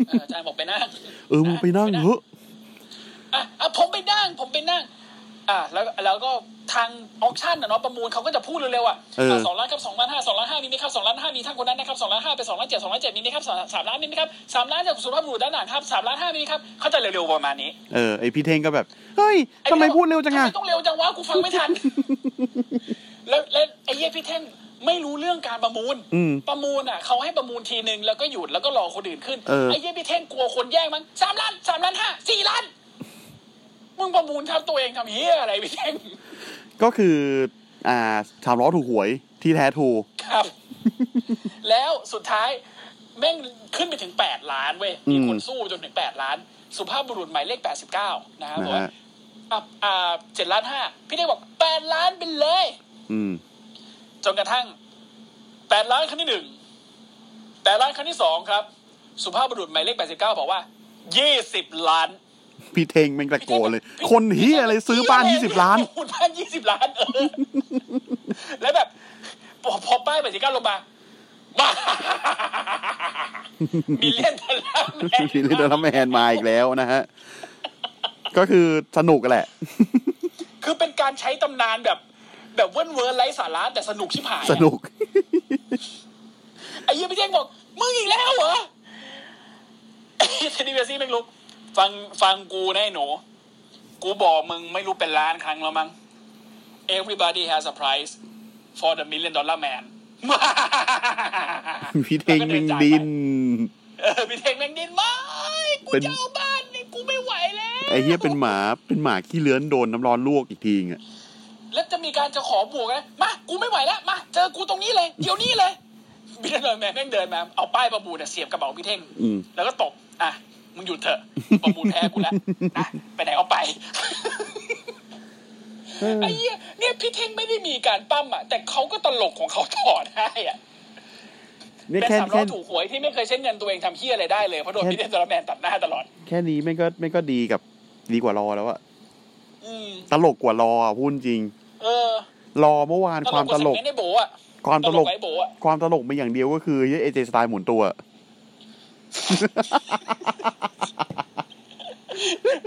C: เอออาจารย์บอกไปนั่ง
B: เออมึงไปนั่งเถอะ
C: อ่ะอ่ะผมไปนั่ง ผมไปนั่ง อ่ะแล้วแล้วก็ทางออคชั่นน่ะเนาะประมูลเขาก็จะพูดเร็วๆอ่ะอ่ะสองล้านครับสองล้านห้าสองล้านห้ามีไหมครับสองล้านห้ามีท่านคนนั้นนะครับสองล้านห้าเป็นสองล้านเจ็ดสองล้านเจ็ดมีไหมครับสามสามล้านมีไหมครับสามล้านจากสุภาพบุรุษด้านหลังครับสามล้านห้ามีไหมครับเขาจะเร็วๆประมาณนี้
B: เออไอพี่เท่งก็แบบ เฮ้ยทำไมพูดเร็วจัง
C: ทำ
B: อะ
C: ไมต้องเร็วจังวะกูฟังไม่
B: (laughs)
C: ทัน แล้วแล้วไอ้เหี้ยพี่เท่งไม่รู้เรื่องการประมูล
B: อืม
C: ประมูลอ่ะเขาให้ประมูลทีหนึ่งแล้วก็หยุดแล้วก็รอคนอื่นขึ้น
B: เออ
C: ไอ้เหี้ยพี่เท่งกลัวคนแย่งมั้งสามล้านสามล้านห้าสี่ล้านมึงประมูลทับตัวเองทำเหี้ยอะไรพี่เท่ง
B: ก็คือ อ่าสามล้อถูกหวยที่แท้ถูก
C: ครับ
B: (laughs)
C: แล้วสุดท้ายแม่งขึ้นไปถึงแปดล้านเว้ยมีคน
B: อืม
C: สู้จนถึงแปดล้าน สุภาพบุรุษหมายเลขแปดสิบเก้านะครับ
B: นะ
C: บอกว่า
B: ฮะ
C: อ่ะอ่าเจ็ดล้านห้าพี่เท่งบอกแปดล้านไปเลย
B: อืม
C: จนกระทั่งแปดล้านครั้งที่หนึ่งแปดล้านครั้งที่สองครับ สุภาพบุรุษหมายเลขแปดสิบเก้าบอกว่ายี่สิบล้าน
B: พี่เท่งแม่งตะโกนเลย คนเฮียอะไรซื้อบ้านยี่สิบ
C: (laughs)
B: ล้าน
C: พูดบ้านยี่สิบล้านเออแล้วแบบพอพอป้ายแปดสิบเก้าลงมา (laughs) บ้ามีเล่นทะเลาะแม่
B: พี่ลิเดอร์ (laughs) แมนมาอีกแล้วนะฮะ ก็คือสนุกแหละ
C: คือเป็นการใช้ตำนานแบบ แบบเว้นเวิร์นไร้สาระแต่สนุกชิบหายอะ
B: สนุก
C: ไอ้เยี่ยพี่เท่งบอกมึงอีกแล้วเหรอเทนนิเวซี่แม่งลุกฟังฟังกูนะไอ้หนู กูบอกมึงไม่รู้เป็นล้านครั้งแล้วมั้ง everybody has a price for the million dollar man (laughs)
B: พี่เท่งแม่งดิน
C: เออพี่เท่งแม่งดินไม่กู
B: เป็น
C: จะเอาบ้านนี่กูไม่ไหวแล้ว
B: ไอ้เฮียเป็นหมา เป็นหมาขี้เลื้อนโดนน้ำร้อนลวกอีกทีอ่ะ
C: แล้วจะมีการจะขอบวกนะมากูไม่ไหวแล้วมาเจอกูตรงนี้เลย เดี๋ยวนี้เลย (laughs) พี่เท่งเดินมาแม่งเดินมาเอาป้ายประมูลเนี่ยเสียบกระเป๋าพี่เท่ง
B: อืม
C: แล้วก็ตบ อ่ะ มึงหยุด
B: (laughs)
C: เถอะ ประมูลแพ้กูแล้วนะ ไปไหนเอาไป ไอ้เหี้ยเนี่ยพี่เท่งไม่ได้มีการปั้มอ่ะ แต่เขาก็ตลกของเขาถอดให้อ่ะ
B: เนี่ย
C: เป็น
B: แค่
C: สามล้
B: แค่
C: อถูกหวยที่ไม่เคยใช้เงินตัวเองทำเฮี้ยอะไรได้เลย เพราะโดนพี่เท่งตลอแมนตัดหน้าตลอด
B: แค่นี้แม่งก็แม่งก็ดีกับดีกว่ารอแล้วอะ
C: อืม
B: ตลกกว่ารออะพูดจริง
C: เออ
B: รอเมื่อวานความตลก
C: ไอ้โบอ่ะ
B: ความตลก
C: ไอ้โบอ่ะ
B: ความตลกมีอย่างเดียวก็คือเอเจสไตล์หมุนตัว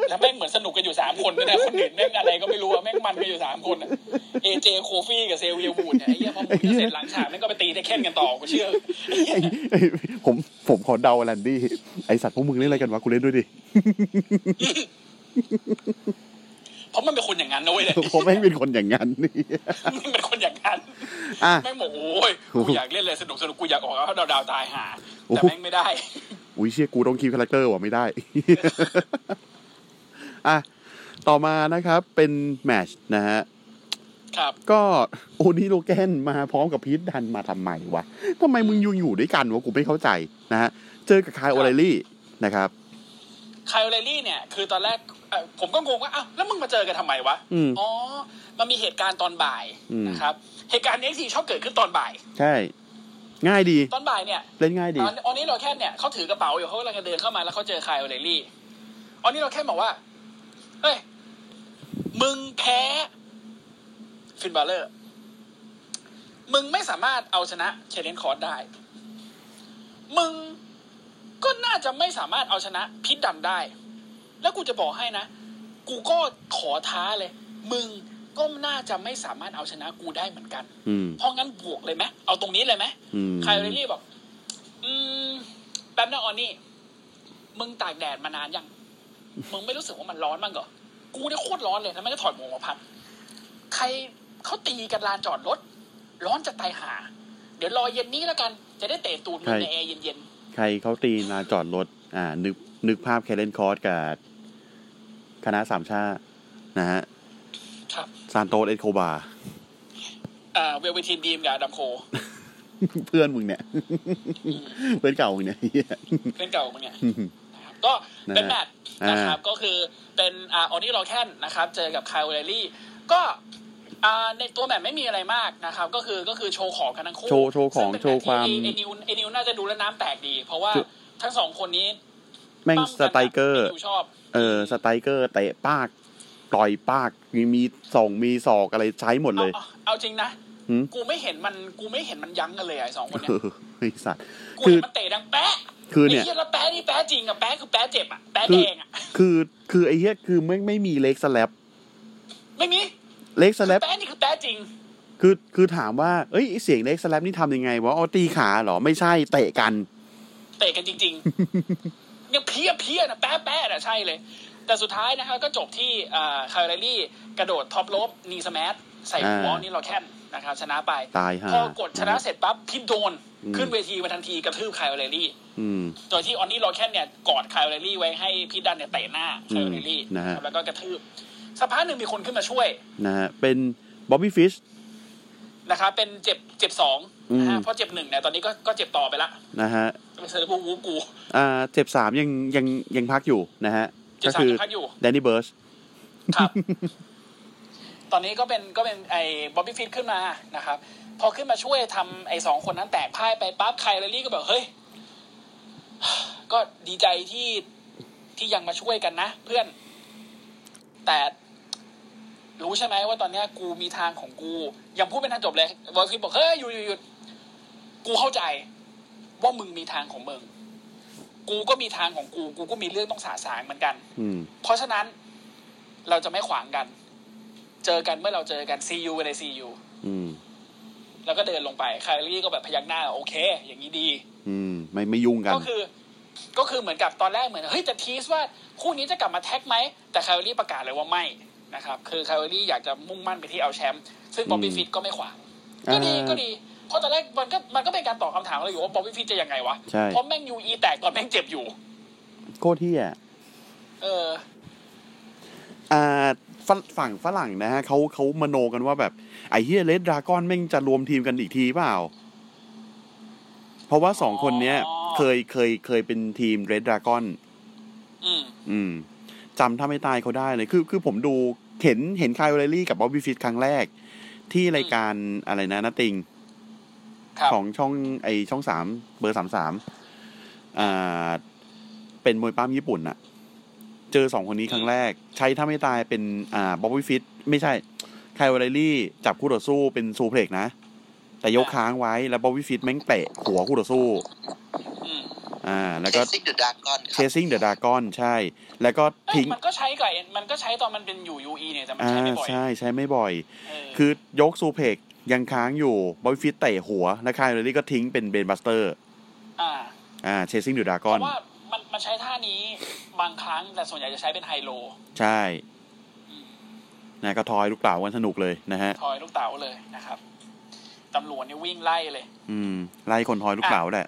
C: แล้วแม่งเหมือนสนุกกันอยู่สามคนด้วยนะคนอื่นแม่งอะไรก็ไม่รู้อะแม่งมันกันอยู่สามคนอะเอเจโคฟี่กับเซลเยวูดเนี่ยไอ้เหี้ยพอหมดเสร็จหลังฉากแม่งก็ไปตีได้แค่นกันต่อกูเชื่อ
B: ไอ้ไอ้ (laughs) ผมผมขอเดาแลนดี้ไอสัตว์พวกมึงเล่นอะไรกันวะกูเล่นด้วยดิ (laughs)
C: เพราะมันเป็นคนอย่างนั้นนะเว้ยเลย
B: ผมไม่งเป็นคน (laughs) อย่างนั้นนี่
C: มันเป็นคนอย่างนั้น
B: อ่ะ
C: แม่งบอกโอ้ยกูอยากเล่นเลยสนุกสนุกกูอยากออกเอาดาวดาวตายหา
B: โอ้
C: แต่
B: โห
C: แม่งไม่ได้
B: อุ้ยเชี่ยกูต้องคีบคาแรคเตอร์ว่ะไม่ได้ (laughs) อ่ะ ต่อมานะครับเป็นแมตชนะฮะ
C: ครับ
B: ก็โอนีโลแกนมาพร้อมกับพีทดันมาทำไมวะทำไมมึงยังอยู่ด้วยกันวะกูไม่เข้าใจนะฮะ เจอกับคายโอไลลี่นะครับ
C: ไคลเลอรี่เนี่ย คือตอนแรกเอ่อผมก็งงว่าอ้าวแล้วมึงมาเจอกันทำไมวะ
B: อืม
C: อ๋อมันมีเหตุการณ์ตอนบ่าย
B: อืม
C: นะครับ เหตุการณ์นี้ทีชอบเกิดขึ้นตอนบ่าย
B: ใช่ ง่ายดี
C: ตอนบ่ายเนี่ย
B: เล่นง่ายดี
C: ออนออนนี้เราแค่เนี่ยเขาถือกระเป๋าอยู่เขากำลังจะเดินเข้ามาแล้วเขาเจอไคลเลอรี่ออนนี้เราแค่บอกว่าเฮ้ยมึงแพ้ฟินบาเลอร์ มึงไม่สามารถเอาชนะเคเลนคอร์สได้ มึงก็น่าจะไม่สามารถเอาชนะพิษดำได้ แล้วกูจะบอกให้นะ กูก็ขอท้าเลย มึงก็น่าจะไม่สามารถเอาชนะกูได้เหมือนกัน
B: อืม
C: เพราะงั้นบวกเลยไหมเอาตรงนี้เลยไหม
B: อืม
C: ไคลเรลี่บอก อืม แป๊บนะออนนี่ มึงตากแดดมานานยัง มึงไม่รู้สึกว่ามันร้อนบ้างเหรอ กูเนี่ยโคตรร้อนเลยแล้วมันก็ถอดหมวกมาพัด ใครเขาตีกันลานจอดรถ ร้อนจะตายห่า เดี๋ยวรอเย็นนี้แล้วกัน จะได้เตะตูดมึงในแอร์เย็น
B: ใครเขาตีลานจอดรถ อ่า นึกนึกภาพแคเลนคอร์สกับคณะสามชาตินะฮะ
C: ๆ ครับ
B: ซานโตสเอสโคบาร์ (laughs)
C: อ่า เวลเวทีนดีมกับอดัมโค
B: เพื่อนมึงเนี่ย (laughs) เพื่อนเก่ามึงเนี่ย (laughs)
C: เพื่อนเก่ามึงเนี่ย นะครับก็เป็น
B: นะฮะ
C: แมตช์นะครับ
B: อ่า
C: ก็คือเป็นอ่าออนี่โรแคนนะครับ เจอกับคายเรลี่ ก็อ่าในตัวแมตช์ไม่มีอะไรมากนะครับ ก็คือก็คือโชว์ของกันทั้งคู่
B: โชว์โชว์ของ
C: ซึ่เป็น
B: โชว์ความ
C: แตช์ที่ไอนิวไอนิวน่าจะดูแลวน้ำแตกดี เพราะว่า
B: โชว์
C: ทั้งสองคนนี้
B: แม่ง
C: ปั้ม
B: สไตรเกอร์
C: นแบบที่นิวชอบ
B: เออสไตรเกอร์เตะปาก ต่อยปากมีมีส่องมีศอกอะไรใช้หมดเลย
C: อาอาเอาจริงนะ
B: หืม
C: กูไม่เห็นมันกูไม่เห็นมันยั้งกันเลยอะไอสองคนเนี่ย
B: เออไอสัตว์
C: กู
B: คือ
C: เห็นมันเตะดังแป๊ะ
B: คือ
C: ไอ้
B: เนี่ย
C: เหี้ยแล้วแป๊ะนี่แป๊ะจริงอะแป๊ะคือแป๊ะเจ็บอะแป๊ะ
B: คื
C: แด
B: อ
C: งอะ
B: คือคือไอ้เหี้ยคือไม่ไม่มีเล็กสแลป
C: ไม่มี
B: เล็กสแลป
C: แป๊ะนี่คือแป๊ะจริง
B: คือคือถามว่าเอ้ยเสียงเล็กสแลปนี่ทำยังไงวะอ๋อตีขาเหรอไม่ใช่เตะกัน
C: เตะกันจริง
B: (laughs)
C: ๆ ยังเพี้ยเพี้ยนะแป๊ะแป๊ะนะใช่เลย แต่สุดท้ายนะครับก็จบที่อ่าคาร์เรลี่กระโดดท็อปโลบนีสแมทใส่หัว
B: อ่านี่
C: นี่เราแค่นนะครับ ชนะไป
B: ตายห่า
C: พอกดชนะเสร็จปั๊บพิดโดน
B: อืม
C: ขึ้นเวทีมาทันทีกระทืบคาร์เรลี่
B: อืม
C: โดยที่ออนนี่โรแคนเนี่ยกอดคาร์เรลี่ไว้ให้พี่ดันเนี่ยเตะหน้าคาร์เรลี่
B: อืมนะฮะ
C: แล้วก็กระทืบสักพักหนึ่งมีคนขึ้นมาช่วย
B: นะฮะเป็นบ๊อบบี้ฟิช
C: นะครับเป็นเจ็บเจ็บสองนะ
B: อื
C: ฮะ
B: ม
C: เพราะเจ็บหนึ่งเนี่ยตอนนี้ก็ก็เจ็บต่อไปละ
B: นะฮะ
C: เป็นเซอร์บูวูกู
B: อ่าเจ็บสามยังยังยังพักอยู่นะฮะ
C: เจ็บ
B: ก็
C: สาม
B: คือ
C: ยังพักอยู่
B: แดนนี่เบิร์ช
C: ครับ ตอนนี้ก็เป็นก็เป็นไอ้บ๊อบบี้ฟิตขึ้นมานะครับ พอขึ้นมาช่วยทำไอ้สองคนนั้นแตกพ่ายไปปั๊บไคลเรลี่ก็แบบเฮ้ย ก็ดีใจที่ที่ยังมาช่วยกันนะ เพื่อน แต่รู้ใช่ไหมว่าตอนเนี้ยกูมีทางของกู ยังพูดไม่ทันจบเลยบ๊อบบี้ฟิตบอกเฮ้ยหยุดหยุดหยุดกูเข้าใจ ว่ามึงมีทางของมึง กูก็มีทางของกู กูก็มีเรื่องต้องสาสางเหมือนกัน
B: อืม
C: เพราะฉะนั้นเราจะไม่ขวางกัน เจอกันเมื่อเราเจอกัน see you ใน see you
B: อืม
C: แล้วก็เดินลงไปคาร์ลี่ก็แบบพยักหน้า โอเค อย่างนี้ดี
B: อืม ไม่ไม่ยุ่งกัน
C: ก็คือ ก็คือเหมือนกับตอนแรกเหมือนเฮ้ยจะทีสว่า คู่นี้จะกลับมาแท็กไหม แต่คาร์ลี่ประกาศเลยว่าไม่นะครับ คือคาร์ลี่อยากจะมุ่งมั่นไปที่เอาแชมป์ซึ่งบ๊อบบี้
B: อืม
C: ฟิตก็ไม่ขวาง ก็ดีก็ดี เพราะตอนแรกมันก็มันก็เป็นการตอบคำถามเราอยู่ว่าบ๊อบบี้ฟิตจะยังไงวะ
B: ใช่
C: เพราะแม่งยูอีแตกตอนแม่งเจ็บอยู่
B: โคตรเที่ย
C: เออ
B: อ่าฝรั่งฝั่งฝรั่งนะฮะเขาเขามโนกันว่าแบบไอ้เฮียเลดดราก้อนแม่งจะรวมทีมกันอีกทีเปล่า เพราะว่าสองคนเนี้ย
C: อ๋อ
B: เคยเคยเคยเป็นทีมเรดดราก้อน
C: อืม
B: อืมจำถ้าไม่ตายเขาได้เลย คือคือผมดูเห็นเห็นคายเวลลี่กับบ๊อบบี้ฟิชครั้งแรก ที่รายการอะไรนะนติง
C: ครับ
B: ของช่องไอช่องสามเบอร์สามสามอ่า เป็นมวยปล้ามญี่ปุ่นอะเจอสองคนนี้ครั้งแรก ใช้ถ้าไม่ตายเป็นอ่าบ๊อบบี้ฟิตไม่ใช่ไคลวาไลลี่ จับคู่ต่อสู้เป็นซูเพล็กซ์นะ แต่ยกค้างไว้แล้วบ๊อบบี้ฟิตแม่งเตะหัวคู่ต่อสู้
C: อืม
B: อ่า แล้ว
D: เช
B: ก็
D: สซิ่งเดอะดากอน
B: เชซิ่งเดอะดากอนใช่ แล้วก็
C: เอ้ย
B: ทิ้ง
C: มันก็ใช้ไก่มันก็ใช้ตอนมันเป็นอยู่ยูอีเนี่ยแต่มัน
B: อ่า
C: ใช้ไม่บ่อย
B: ใช่ใช้ไม่บ่อย
C: เ
B: คือยกซูเพล็กซ์ยังค้างอยู่บ๊อบบี้ฟิตเตะหัวแล้วไคลวาไลลี่ก็ทิ้งเป็นเบนบัสเตอร์
C: อ่า
B: อ่าเชซิ่งเดอะดา
C: เพ
B: กอน
C: ราะว่ามันมันใช้ท่านี้บางครั้งแต่ส่วนใหญ่จะใช้เป็นไฮโล
B: ใช่ นะก็ทอยลูกเต๋ากันสนุกเลยนะฮะ
C: ทอยลูกเต๋าเลยนะครับ ตำรวจนี่วิ่งไล่เลย
B: อืม ไล่คนทอยลูกเต๋าแหละ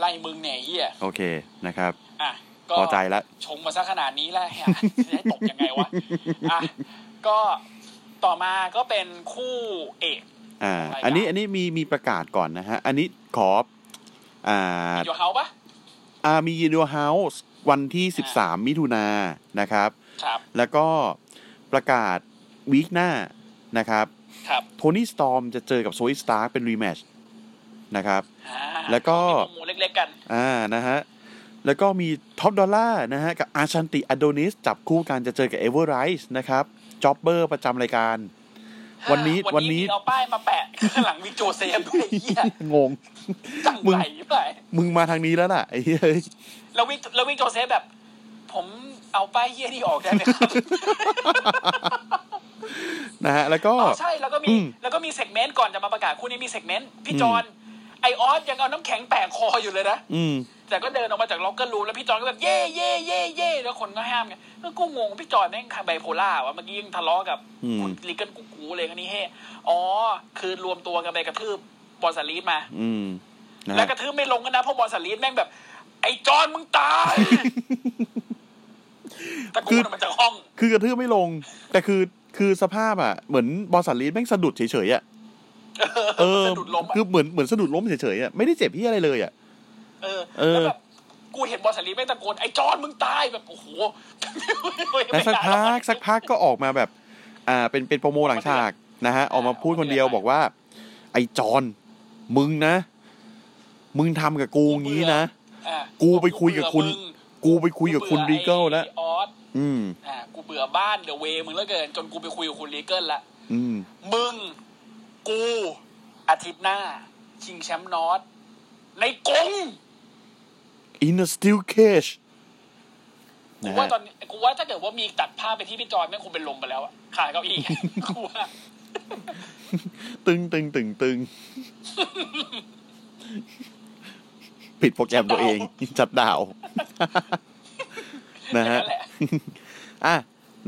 C: ไล่มึงเนี่ยไอ้เฮีย
B: โอเคนะครับ
C: อ่ะ ก็
B: พอใจละ
C: ชงมาซะขนาดนี้แล้ว (laughs) เหี้ยจะให้ตกยังไงวะ อ่ะ ก็ต่อมาก็เป็นคู่เอก
B: อ่า
C: รายการ
B: อันนี้อันนี้มีมีประกาศก่อนนะฮะ อันนี้ขอ อ่า
C: อยู่เฮาปะ
B: อ่ามียินดัวเฮาส์วันที่ 13 มิถุนายนนะครับ
C: ครับ
B: แล้วก็ประกาศวีคหน้านะครับ
C: ครับ
B: โทนี่สตอมจะเจอกับโซอิสตาร์เป็นรีแมชนะครับ
C: อ่า
B: แล้วก็
C: หมูเล็กๆกัน
B: อ่านะฮะ แล้วก็มีท็อปดอลล่านะฮะ กับอาชันติอโดนิส จับคู่กันจะเจอกับเอเวอร์ไรส์นะครับจ็อบเบอร์ประจำรายการ วันนี้
C: วั
B: วัน น
C: นี้
B: นี้
C: มีเอาป้ายมาแปะ (laughs) ข้างหลังวิกโจเซฟด้วยไอ้เฮีย
B: งง
C: จัง
B: มึง
C: ไหลไป
B: มึงมาทางนี้แล้วล่ะไอ้เฮ้ย
C: แล้ววิ่งแล้ววิ่งโจเซฟแบบ ผมเอาป้ายเฮี้ยนี่ออกได้ไหมครับ
B: นะฮะ แล้วก็
C: อ๋อใช่แล้วก็มี
B: อืม
C: แล้วก็มีเซกเมนต์ก่อนจะมาประกาศคู่นี้มีเซกเมนต์พี่จอนไอออสยังเอาน้ำแข็งแปะคออยู่เลยนะ
B: อืม
C: แต่ก็เดินออกมาจากล็อกเกอร์รูมแล้วพี่จอนก็แบบเย่เย่เย่เย่แล้วคนก็ห้ามไงแล้วกูงงพี่จอนแม่งไบโพล่าวะเมื่อกี้ยังทะเลาะกับ
B: อืม
C: คุณลิเกิลกูกูเลยกันนี่เฮ้อ๋อ คือรวมตัวกันไปกระทืบบอลสลีดมา
B: อืมนะ
C: แล้ว
B: ฮะ
C: กระทืบไม่ลงกันนะเพราะบอลสลีดแม่งแบบ ไอจอนมึงตาย
B: (laughs)
C: ตะโกูนออกมาจากห้อง
B: คือกระทืบไม่ลง แต่คือคือสภาพอ่ะ เหมือนบอลสันลีดแม่งสะดุดเฉยๆอ่ะ
C: เ
B: เออ
C: สะดุดล้มอะ
B: คือเหมือนเหมือนสะดุดล้มเฉยๆอ่ะไม่ได้เจ็บที่อะไรเลยอ่ะ
C: เออ
B: เออ
C: แล้วแบบกูเห็นบอลสลีไม่งตะโกนไอ้จอนมึงตายแบบโอ้โห (laughs)
B: แล้
C: ไม่
B: วสัก
C: ได้หรอ
B: พัก
C: (laughs)
B: สักพักก็ออกมาแบบ อ่า เป็นเป็นโปรโมหลังฉากนะฮะ ออกมาพูดคนเดียวบอกว่า ไอ้จอนมึงนะ มึงทำกับกูอย่างนี้นะ
C: อ่ะ
B: กูไปคุยกับคุณ
C: กู
B: กู
C: เบื่อมึง
B: ไปคุยกับคุณรีเกิลแล้ว
C: ไอ้ออส
B: อืม
C: อ่ะกูเบื่อบ้านเดอะเวย์มึงเหลือเกิน จนกูไปคุยกับคุณรีเกิลละ
B: อืม
C: มึง กูอาทิตย์หน้า ชิงแชมป์นอตในกรง
B: in a steel cage
C: กู
B: นะ
C: ว่า
B: ฮะ
C: ตอนนี้กูว่าถ้าเกิดว่ามีตัดภาพไปที่พี่จอนเนี่ยคงเป็นลมไปแล้วอะขาเก้าอี้
B: (laughs)
C: กูว่า
B: ตึงตึงตึง
C: (laughs)
B: ตึงปิดโปรแกรมตัวเองจัด
C: (laughs)
B: ดาว
C: อย่า
B: นะ
C: ง
B: ฮะ
C: นั่นแหละ
B: อ่ะ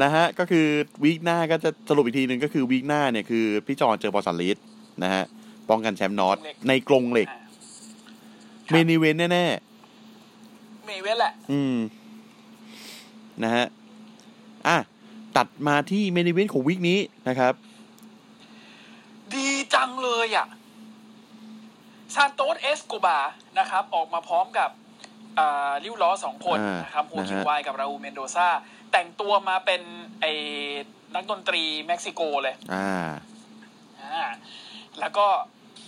B: นะฮะก็คือวีคหน้าก็จะสรุปอีกทีหนึ่งก็คือวีคหน้าเนี่ยคือพี่จอนเจอบอลสันลิสนะฮะป้องกันแชมป์นอตในกรงเหล็ก
C: อ่ะ
B: เมนิเวนแน่
C: เมเวสแหละ
B: ๆอืมนะฮะอ่ะตัดมาที่เมนิเวนของวีคนี้นะครับ
C: ดีจังเลยอ่ะ ซานโตสเอสโกบาร์นะครับ ออกมาพร้อมกับอ่าริ้วล้อสองคน
B: อ่าน
C: นะครับโฮคิ
B: นะ
C: ว
B: ฮะ
C: ไวายกับราอูเมนโดซาแต่งตัวมาเป็นไอ้นักดนตรีเม็กซิโกเลย
B: อ่า
C: อ่าแล้วก็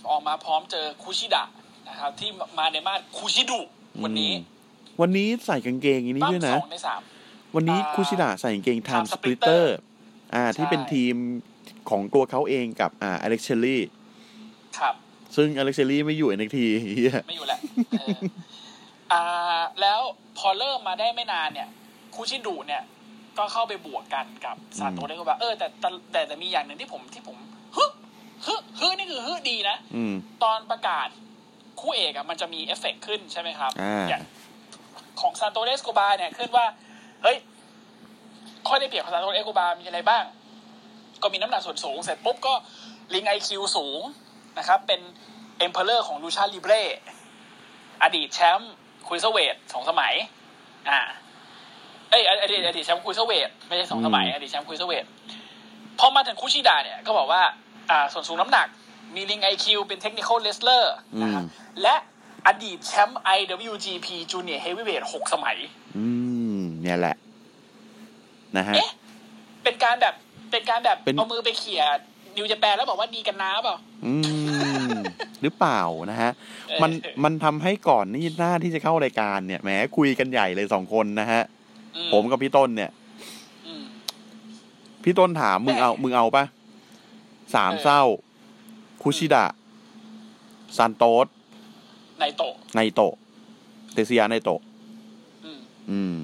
C: ออกมาพร้อมเจอคูชิดะนะครับ ที่มาในมาดคูชิดุวันนี้
B: อื วันนี้ใส่กางเกงอันนี้
C: ตั้ม
B: ด้วย
C: ส
B: นะ
C: องในสาม
B: วันนี้
C: อ่า
B: คุชิดะใส่กางเกงไท
C: Time
B: ม์สปลิตเตอ
C: Splitter
B: ร์อ่า ที่เป็น
C: ใช่
B: ทีมของตัวเขาเองกับอ่าอเล็กเชลลี่
C: ครับ
B: ซึ่งอเล็กเชลลี่ไม่อยู่ NXT เฮีย
C: ไม่อยู่แล้วเอออ่า แล้วพอเริ่มมาได้ไม่นานเนี่ยคูชิดูเนี่ย ก็เข้าไปบวกกันกับซานโตสได้ก็แบบเออแต่แต่แต่แต่มีอย่างหนึ่งที่ผมที่ผมฮึฮึฮึนี่คือฮึดีนะ
B: อืม
C: ตอนประกาศคู่เอกอะมันจะมีเอฟเฟกต์ขึ้นใช่ไหมครับ
B: อ่า
C: ย่างของซานโตสเอสโกบาร์เนี่ยขึ้นว่า เฮ้ย ข้อได้เปรียบของซานโตสเอสโกบาร์มีอะไรบ้าง ก็มีน้ำหนักส่วนสูง เสร็จปุ๊บก็ลิงไอคิวสูงนะครับ เป็นเอ็มเพลเลอร์ของลูชาลิเบรอดีตแชมป์คุยเซเวตสองสมัย อ่า เอ้ยออดีตอดีตแชมป์คุยเซเวตไม่ใช่สองสมัย
B: อืม
C: อดีตแชมป์คุยเซเวตพอมาถึงคุชิดาเนี่ย ก็บอกว่า อ่า ส่วนสูงน้ำหนัก มีลิงไอคิวเป็นเทคนิคอลเลสเลอร์นะครับ
B: อืม
C: และอดีตแชมป์ IWGP Junior Heavyweight หกสมัย
B: อืม เนี่ยแหละ นะฮะ
C: เอ๊ะ เป็นการแบบ เป็นการแบบ
B: เป็น
C: เอามือไปเขี่ยนิวจะแปลแล้วบอกว่าดีกันนะเปล่า
B: อืม หรือเปล่านะฮะ
C: เออ
B: มันมันทำให้ก่อนนี่หน้าที่จะเข้ารายการเนี่ยแหมคุยกันใหญ่เลยสองคนนะฮะ
C: อื
B: ผมกับพี่ต้นเนี่ย
C: อืม
B: พี่ต้นถามมึงเอา มึงเอาปะสาม
C: เออ
B: เศร้า คุชิดะซานโตส
C: ในโตะ
B: ไนโตะเตซิยาไนโตะ
C: อืม
B: อืม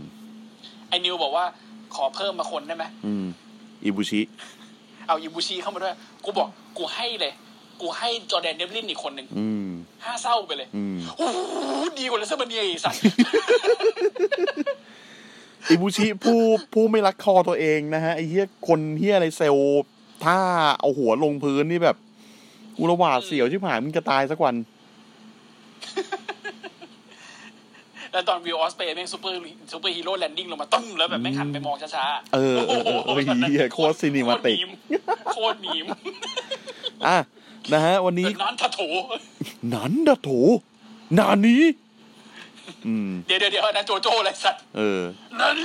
C: ไอ้นิวบอกว่าขอเพิ่มมาคนได้ไหม
B: อืม อิบุชิ
C: เอาอิบูชิเข้ามาด้วย กูบอกกูให้เลย กูให้จอร์แดนเดบลินอีกคนหนึ่ง
B: อืม
C: ห้าเศร้าไปเลย
B: อืม
C: โอ้โหดีกว่าเลเซอร์เบเนียอีกสัตว์
B: อิบุชิผู้ผู้ไม่รักคอตัวเองนะฮะไอ้เหี้ยคนเหี้ยอะไรเซลล์ถ้าเอาหัวลงพื้นนี่แบบอุระหวาดเสียวชิบหายมึงจะตายสักวัน
C: แล้วตอนวิวออสเปย์แม่งซูเปอร์ซูเปอร์ฮีโร่แลนดิ้งลงมาตุ้มแล้วแบบแม่งหันไปมองช้าๆ
B: เออเออเออเออเหี้ยโคตร cinematic
C: โคตรมีม
B: อ่ะนะฮะ วันนี้
C: แต่นั้นทะโถ
B: นันดะโถนานี้ อืม
C: เดี๋ยวเดี๋ยวเดี๋ยวอันนั้นโจโจ้อะไรสัตว์
B: เออ
C: นั่น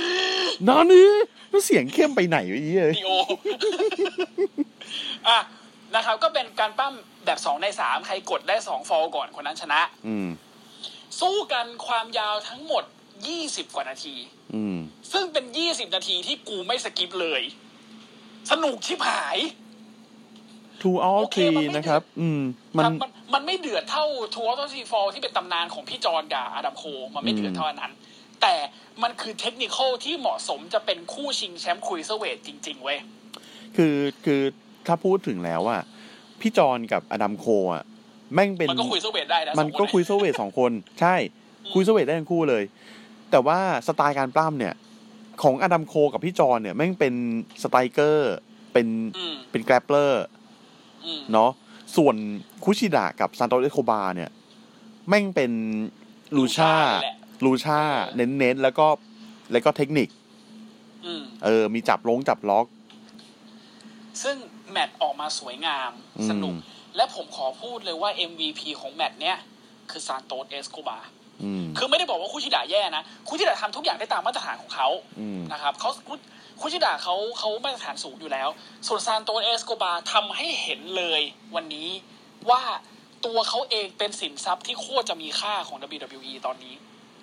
B: นานี้แล้วเสียงเข้มไปไหนวะไอ้เหี้ย
C: ดีโออ่ะนะครับ ก็เป็นการปั้มแบบสองในสามใครกดได้สองฟอลก่อนคนนั้นชนะ
B: อืม
C: สู้กันความยาวทั้งหมด 20 กว่านาที
B: อืม
C: ซึ่งเป็น 20 นาทีที่กูไม่สกิปเลย สนุกชิบหาย
B: two out
C: โอ
B: of
C: เค
B: three
C: มันไม่
B: นะครับ อืม มัน
C: ครับมันมันไม่เดือดเท่าทัวร์ตซีฟอลที่เป็นตำนานของพี่จอร์นกับอดัมโคลมันไม่เดือดเท่าอันนั้น แต่มันคือเทคนิคอลที่เหมาะสมจะเป็นคู่ชิงแชมป์คุยเซเวตจริง ๆ เว้ย
B: คือคือถ้าพูดถึงแล้วอะพี่จอนกับอดัมโคอะแม่งเป็น
C: มันก็คุยเซเวตได้นะ
B: มันก็
C: สอง
B: คุยเซเวตสองคน ใช่ คุยเซเวตได้ทั้งคู่เลย แต่ว่าสไตล์การปล้ำเนี่ย ของอดัมโคกับพี่จอนเนี่ยแม่งเป็นสไตรเกอร์ เป็น
C: อืม
B: เป็นแกรปเลอร์
C: อืม
B: เนาะส่วนคุชิดะกับซานโตสเอสโคบาร์เนี่ย แม่งเป็นลูชา
C: แหละ
B: ลูชา
C: เออ
B: เน้นๆ แล้วก็แล้วก็เทคนิค
C: อืม
B: เออ มีจับลงจับล็อก
C: ซึ่งแมตช์ออกมาสวยงาม
B: อืม
C: สนุก และผมขอพูดเลยว่า MVP ของแมตช์เนี้ยคือซานโตสเอสโคบา
B: อืม
C: คือไม่ได้บอกว่าคุชิดะแย่นะ คุชิดะทำทุกอย่างได้ตามมาตรฐานของเขา
B: อืม
C: นะครับเขาคุคุชิดะเขาเขามาตรฐานสูงอยู่แล้ว ส่วนซานโตเอสโกบาทำให้เห็นเลยวันนี้ว่าตัวเขาเองเป็นสินทรัพย์ที่โคตรจะมีค่าของ WWE ตอนนี้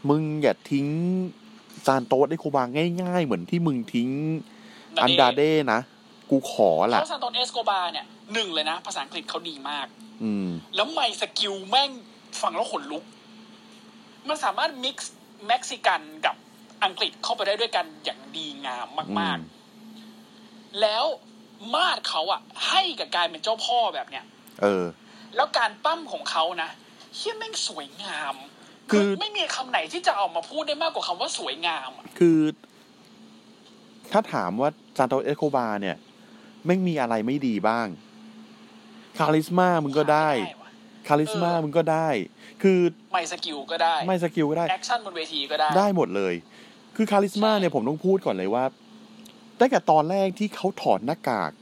B: มึงอย่าทิ้งซานโตสได้โคบาง่ายๆ เหมือนที่มึงทิ้ง
C: Andrade
B: อันดาเด้นะ กูขอ
C: เพ
B: ละ
C: ราะซานโตเอสโกบาเนี่ยหนึ่งเลยนะ ภาษาอังกฤษเขาดีมาก
B: อืม
C: แล้วไมค์สกิลแม่งฟังแล้วขนลุก มันสามารถมิกซ์เม็กซิกันกับอังกฤษเข้าไปได้ด้วยกันอย่างดีงามมาก
B: อืม
C: ๆ แล้วมาดเขาอะให้กับการเป็นเจ้าพ่อแบบเนี้ย
B: เออ
C: แล้วการปั้มของเขานะเฮี้ยแม่งสวยงาม
B: คือ
C: ไม่มีคำไหนที่จะออกมาพูดได้มากกว่าคำว่าสวยงามอะ
B: คือถ้าถามว่าซานโตสเอสโคบาเนี่ยไม่งมีอะไรไม่ดีบ้าง คาลิสมามึงก็ได้
C: ม่วะ
B: คาลิสมามึงก็ได้ คือ
C: ไม่สกิลก็ได้
B: ไม่สกิลก็ได้
C: แอคชั่นบนเวทีก็ได้
B: ได้หมดเลย คือคาลิสมาเนี่ยผมต้องพูดก่อนเลยว่าตั้งแต่ตอนแรกที่เขาถอดหน้ากาก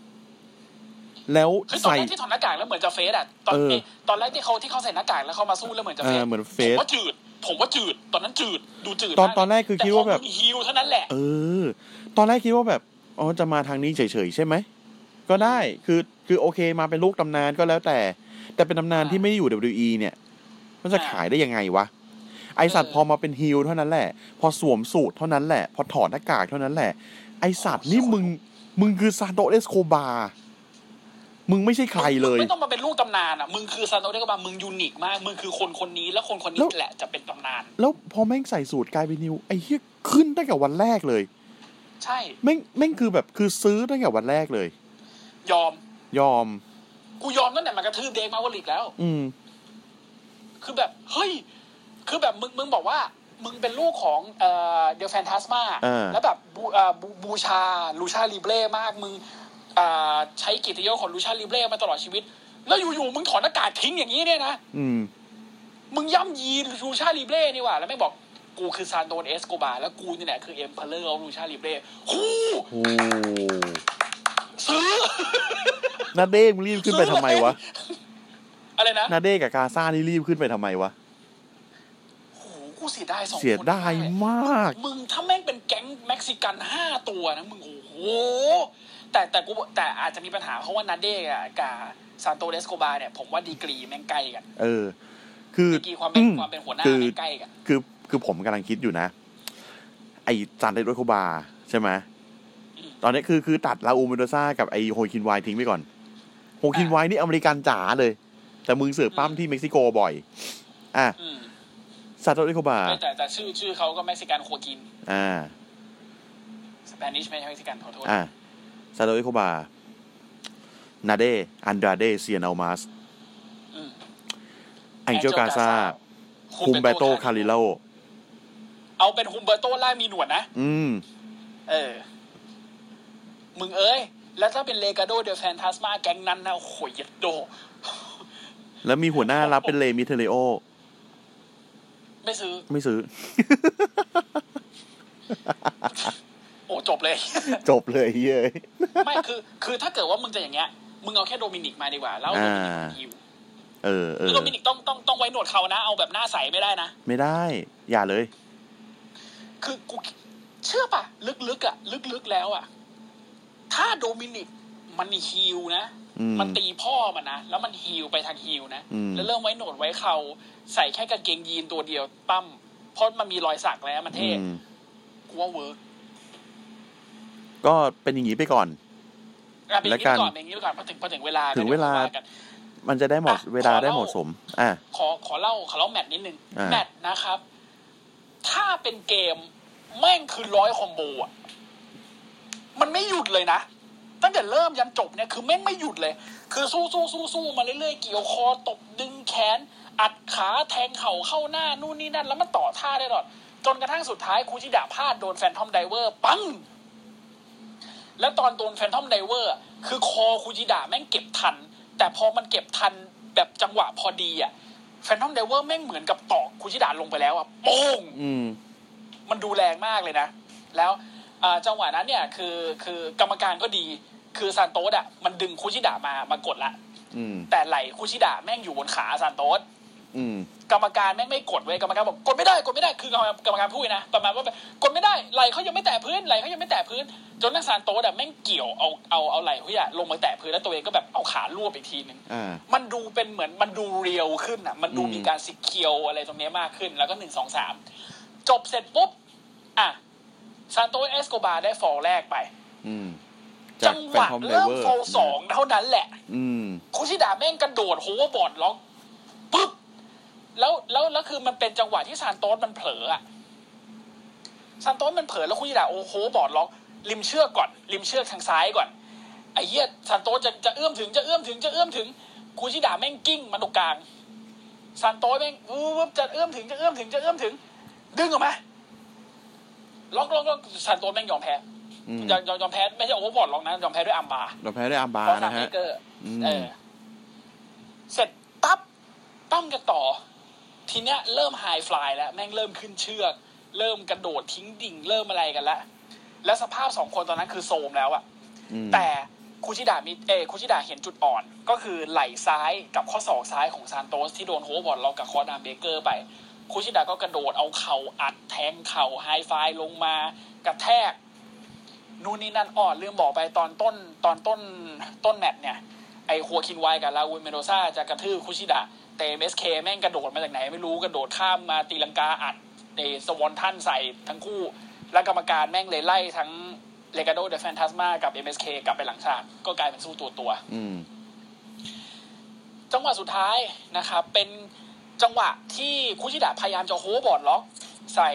B: แล้ว
C: คือตอน
B: ใส่
C: แรกที่ถอดหน้ากากแล้วเหมือนจะเฟสอะตอน
B: เออ
C: เอ้ยตอนแรกที่เขาที่เขาใส่หน้ากากแล้วเขามาสู้แล้วเหมือนจะเฟส
B: เออเหมือนเฟ
C: ผ
B: ซ
C: มว่าจืด ผมว่าจืด ตอนนั้นจืดดูจืด
B: ตอน
C: ม
B: ตอนแรกคือคิดว่าแบบ
C: ต่พมึงฮิวเท่านั้นแหละ
B: เออ ตอนแรกคิดว่าแบบ อ๋อ จะมาทางนี้เฉยๆใช่ไหม ก็ได้ คือ คือโอเค มาเป็นลูกตำนานก็แล้วแต่ แต่เป็นตำนานที่ไม่ได้อยู่ WWE เนี่ย มันจะขายได้ยังไงวะ ไอสัตว์พอมาเป็นฮิลเท่านั้นแหละ พอสวมสูทเท่านั้นแหละ พอถอดหน้ากากเท่านั้นแหละ ไอสัตว์นี่มึง มึงคือซานโตเอสโคบาร์มึงไม่ใช่ใครเลย
C: มึงไม่ต้องมาเป็นลูกตำนานอะมึงคือซานโตเดกบามึงยูนิคมาก มึงคือคนคนนี้แล้วคนคนนี้
B: แล้ว
C: แหละจะเป็นตำนาน
B: แล้วพอแม่งใส่สูตรกลายเป็นนิว ไอเฮียขึ้นตั้งแต่วันแรกเลย
C: ใช่
B: แม่ง แม่งคือแบบ คือซื้อตั้งแต่วันแรกเลย
C: ยอม
B: ยอม
C: กูยอมตั้งแต่มันกระทืบเดกมาวลิกแล้ว
B: อืม
C: คือแบบเฮ้ย คือแบบมึงมึงบอกว่า มึงเป็นลูกของเอ่อเดลแฟนทัสมา
B: อ่า
C: แล้วแบบบูเอ่อบูบูชาลูชาลิเบล่มากมึงเอ่อใช้เกิติยศของลูชาลิเบล่มาตลอดชีวิต แล้วอยู่ๆมึงถอดหน้ากากทิ้งอย่างนี้เนี่ยนะ
B: อืม
C: มึงย่ำยีลูชาลิเบล่นี่หว่าแล้วไม่งบอกกูคือซานโดนเอสโกบาแล้วกูนี่แหละคือเอ็มเพลอร์ของลูชาลิเบล่คู
B: โอ้
C: ซื้อ
B: นาเด้มึงรีบขึ้นไปทำไมวะ
C: อะไรนะ
B: นาเด้กับกาซ่านี่รีบขึ้นไปทำไมวะ
C: โอ้โหกูเสียดายสองคน
B: เสียดายมาก
C: มึงถ้าแม่งเป็นแก๊งเม็กซิกันห้าตัวนะมึงโอ้โหแต่แต่กูแต่อาจจะมีปัญหาเพราะว่านาเดกะกับซานโตเดสโกบาเนี่ยผมว่าดีกรีแม่งใกล้กัน
B: เออ คือ
C: ดีกรีความเป็น
B: อื
C: ความเป็นหัวหน้า
B: คือ
C: แม่งใกล้กัน
B: คือ คือผมกำลังคิดอยู่นะ ไอจานเดโรโคบา ใช่ไหม
C: อืม
B: ตอนนี้คือ คือตัดลาอูเมนโดซ่ากับไอโฮคินไวทิ้งไปก่อน โฮคินไวนี่อเมริกันจ๋าเลย แต่มึงเสือกปั้ม
C: อืม
B: ที่เม็กซิโกบ่อย อ่ะ
C: อืม
B: ซานโตเดโรโคบา
C: แต่แต่แต่ชื่อชื่อเขาก็เม็กซิกันโคกิน
B: อ่า
C: สเปนิชไม่ใช่เม็กซิกันขอโทษ
B: อ่ะซานโตเดโรโคบา นาเด้ อันดราเดเซียนอัลมาส
C: อืม
B: แองเจลกาซา คุมเบโตคาริโล
C: เอาเป็นคุมเบโตล่ามีหนวดนะ
B: อืม
C: เออ มึงเอ้ย แล้วถ้าเป็นเลกาโดเดลแฟนทัสมาแก๊งนั้นนะโอ้โหเยัดโด
B: แล้วมีหัวหน้ารับเป็นเลมิเทเลโอ
C: ไม่ซื้อ
B: ไม่ซื้อ
C: โอ้จบเลย
B: จบเลยเย้ย
C: ไม่คือ คือถ้าเกิดว่ามึงจะอย่างเงี้ย มึงเอาแค่โดมินิกมาดีกว่าแล้วโดมินิก
B: อ่า
C: ฮิว
B: เออเอ
C: คือ
B: อ
C: โดมินิกต้องต้องต้องไว้หนวดเขานะ เอาแบบหน้าใสไม่ได้นะ
B: ไม่ได้ อย่าเลย
C: คือกูเชื่อป่ะ ลึกๆอ่ะ ลึกๆแล้วอ่ะ ถ้าโดมินิกมันฮิวนะ
B: อืม
C: มันตีพ่อมันนะ แล้วมันฮิวไปทางฮิวนะ
B: อืม
C: แล้วเริ่มไว้หนวดไว้เขาใส่แค่กางเกงยีนตัวเดียวปั้ม เพราะมันมีรอยสักแล้วมัน
B: อื
C: เท่
B: ม
C: กูว่าเวิร์ก
B: ก็เป็นอย่างนี้ไปก่อน
C: อ่ะเป็นอ
B: และ
C: ย่าง
B: กั
C: นี้ไป
B: น
C: ก่อนเป็นอย่างนี้ไปก่อนพอถึงพอถึงเวลา
B: ถึงเวลา
C: ดี๋ยค่อยกัน
B: มันจะได้เหมาะ
C: อ่ะ
B: เวลา
C: ขอ
B: ได้
C: เล่า
B: เหมาะสม อ่ะ
C: ขอขอเล่าขอเล่าแมตช์นิดนึง
B: อ่า
C: แมตช์นะครับ ถ้าเป็นเกมแม่งคือร้อยคอมโบอ่ะ มันไม่หยุดเลยนะ ตั้งแต่เริ่มยันจบเนี่ยคือแม่งไม่หยุดเลย คือสู้สู้สู้สู้มาเรื่อยๆเกี่ยวคอตบดึงแขน อัดขาแทงเข่าเข้าหน้านู่นนี่นั่น แล้วมันต่อท่าได้ตลอด จนกระทั่งสุดท้ายคูชิดะพลาดโดนแฟนทอมไดเวอร์ปัง แล้วตอนโดนแฟนทอมไดเวอร์อะคือคอคูจิดะแม่งเก็บทัน แต่พอมันเก็บทันแบบจังหวะพอดีอ่ะแฟนทอมไดเวอร์แม่งเหมือนกับตอกคูจิดะลงไปแล้วอ่ะโป้ง
B: อืม
C: มันดูแรงมากเลยนะ แล้วเอ่อจังหวะนั้นเนี่ยคือคือกรรมการก็ดี คือซานโตสอ่ะมันดึงคุชิดะมามากดละ
B: อืม
C: แต่ไหลคุชิดะแม่งอยู่บนขาซานโตส
B: อืม
C: กรรมการแม่งไม่กดเว้ยกรรมการบอกกดไม่ได้กดไม่ได้คือกรรมกรรมการพูดนะประมาณว่าแบบกดไม่ได้ไหลเขายังไม่แตะพื้นไหลเขายังไม่แตะพื้น จนนักสานโต๊ดอะแม่งเกี่ยวเอาเอาเอาไหลเขาอะลงมาแตะพื้นแล้วตัวเองก็แบบเอาขารวบอีกทีหนึ่ง
B: อ่า
C: มันดูเป็นเหมือนมันดูเรียวขึ้นอะมันดู
B: อืม
C: มีการสิเคียวอะไรตรงเนี้ยมากขึ้น แล้วก็หนึ่งสองสามจบเสร็จปุ๊บอ่ะซานโตสเอสโกบาร์ได้ฟอลแรกไป
B: อืม
C: จังหวะเริ่มฟอลสองเท่านั้นแหละ
B: อืม
C: โคชิดะแม่งกระโดดโฮเวอร์บอร์ดล็อกปึ๊บแล้วแล้วแล้วคือมันเป็นจังหวะที่ซานโตสมันเผลออะซานโตสมันเผลอแล้วโคชิดะโอ้โฮเวอร์บอร์ดล็อก ริมเชือกก่อน ริมเชือกทางซ้ายก่อนไอ้เหี้ยซานโตสจะจะเอื้อมถึงจะเอื้อมถึงจะเอื้อมถึงโคชิดะแม่งกิ้งมาตรงกลางซานโตสแม่งวบจะเอื้อมถึงจะเอื้อมถึงจะเอื้อมถึง ดึงออกมาล็อกล็อกล็อกซานโตสแม่งยอมแพ้
B: อืม
C: ยอมยอมยอมแพ้ไม่ใช่โอเวอร์บอร์ดล็อกนะยอมแพ้ด้วยอัมบาร์
B: เราแพ้ด้วยอัมบา
C: เพราะสาม
B: นะ
C: เอ
B: ฮะ
C: เกอร์
B: อืม
C: เออ เสร็จปั๊บปั้มกันต่อ ทีเนี้ยเริ่มไฮฟลายแล้ว แม่งเริ่มขึ้นเชือก เริ่มกระโดดทิ้งดิ่ง เริ่มอะไรกันแล้ว แล้วสภาพสองคนตอนนั้นคือโซมแล้วอะ
B: อืม
C: แต่คุชิดะมีเอยคุชิดะเห็นจุดอ่อน ก็คือไหล่ซ้ายกับข้อศอกซ้ายของซานโตสที่โดนโฮเวอร์บอลล็อกกับคอร์ดามเบเกอร์ไป คุชิดะก็กระโดดเอาเข่าอัดแทงเข่าไฮไฟลงมากระแทก นู่นนี่นั่นอ้อลืมบอกไปตอนต้นตอนต้นต้นแมตช์เนี่ย ไอฮัวคินไวกับลาวินเมโดซาจะกระทืบคุชิดะแต่เมสเคแม่งกระโดดมาจากไหนไม่รู้กระโดดข้ามมาตีลังกาอัดเอสวอนท่านใส่ทั้งคู่ แล้วกรรมการแม่งเลยไล่ทั้งเลกาโดเดฟแฟนทัสมากับ MSK กลับไปหลังฉากก็กลายเป็นสู้ตัวตัว
B: อืม
C: จังหวะสุดท้ายนะครับเป็นจังหวะที่คุชิดะพยายามจะโฮบอร์ดล็อกใส่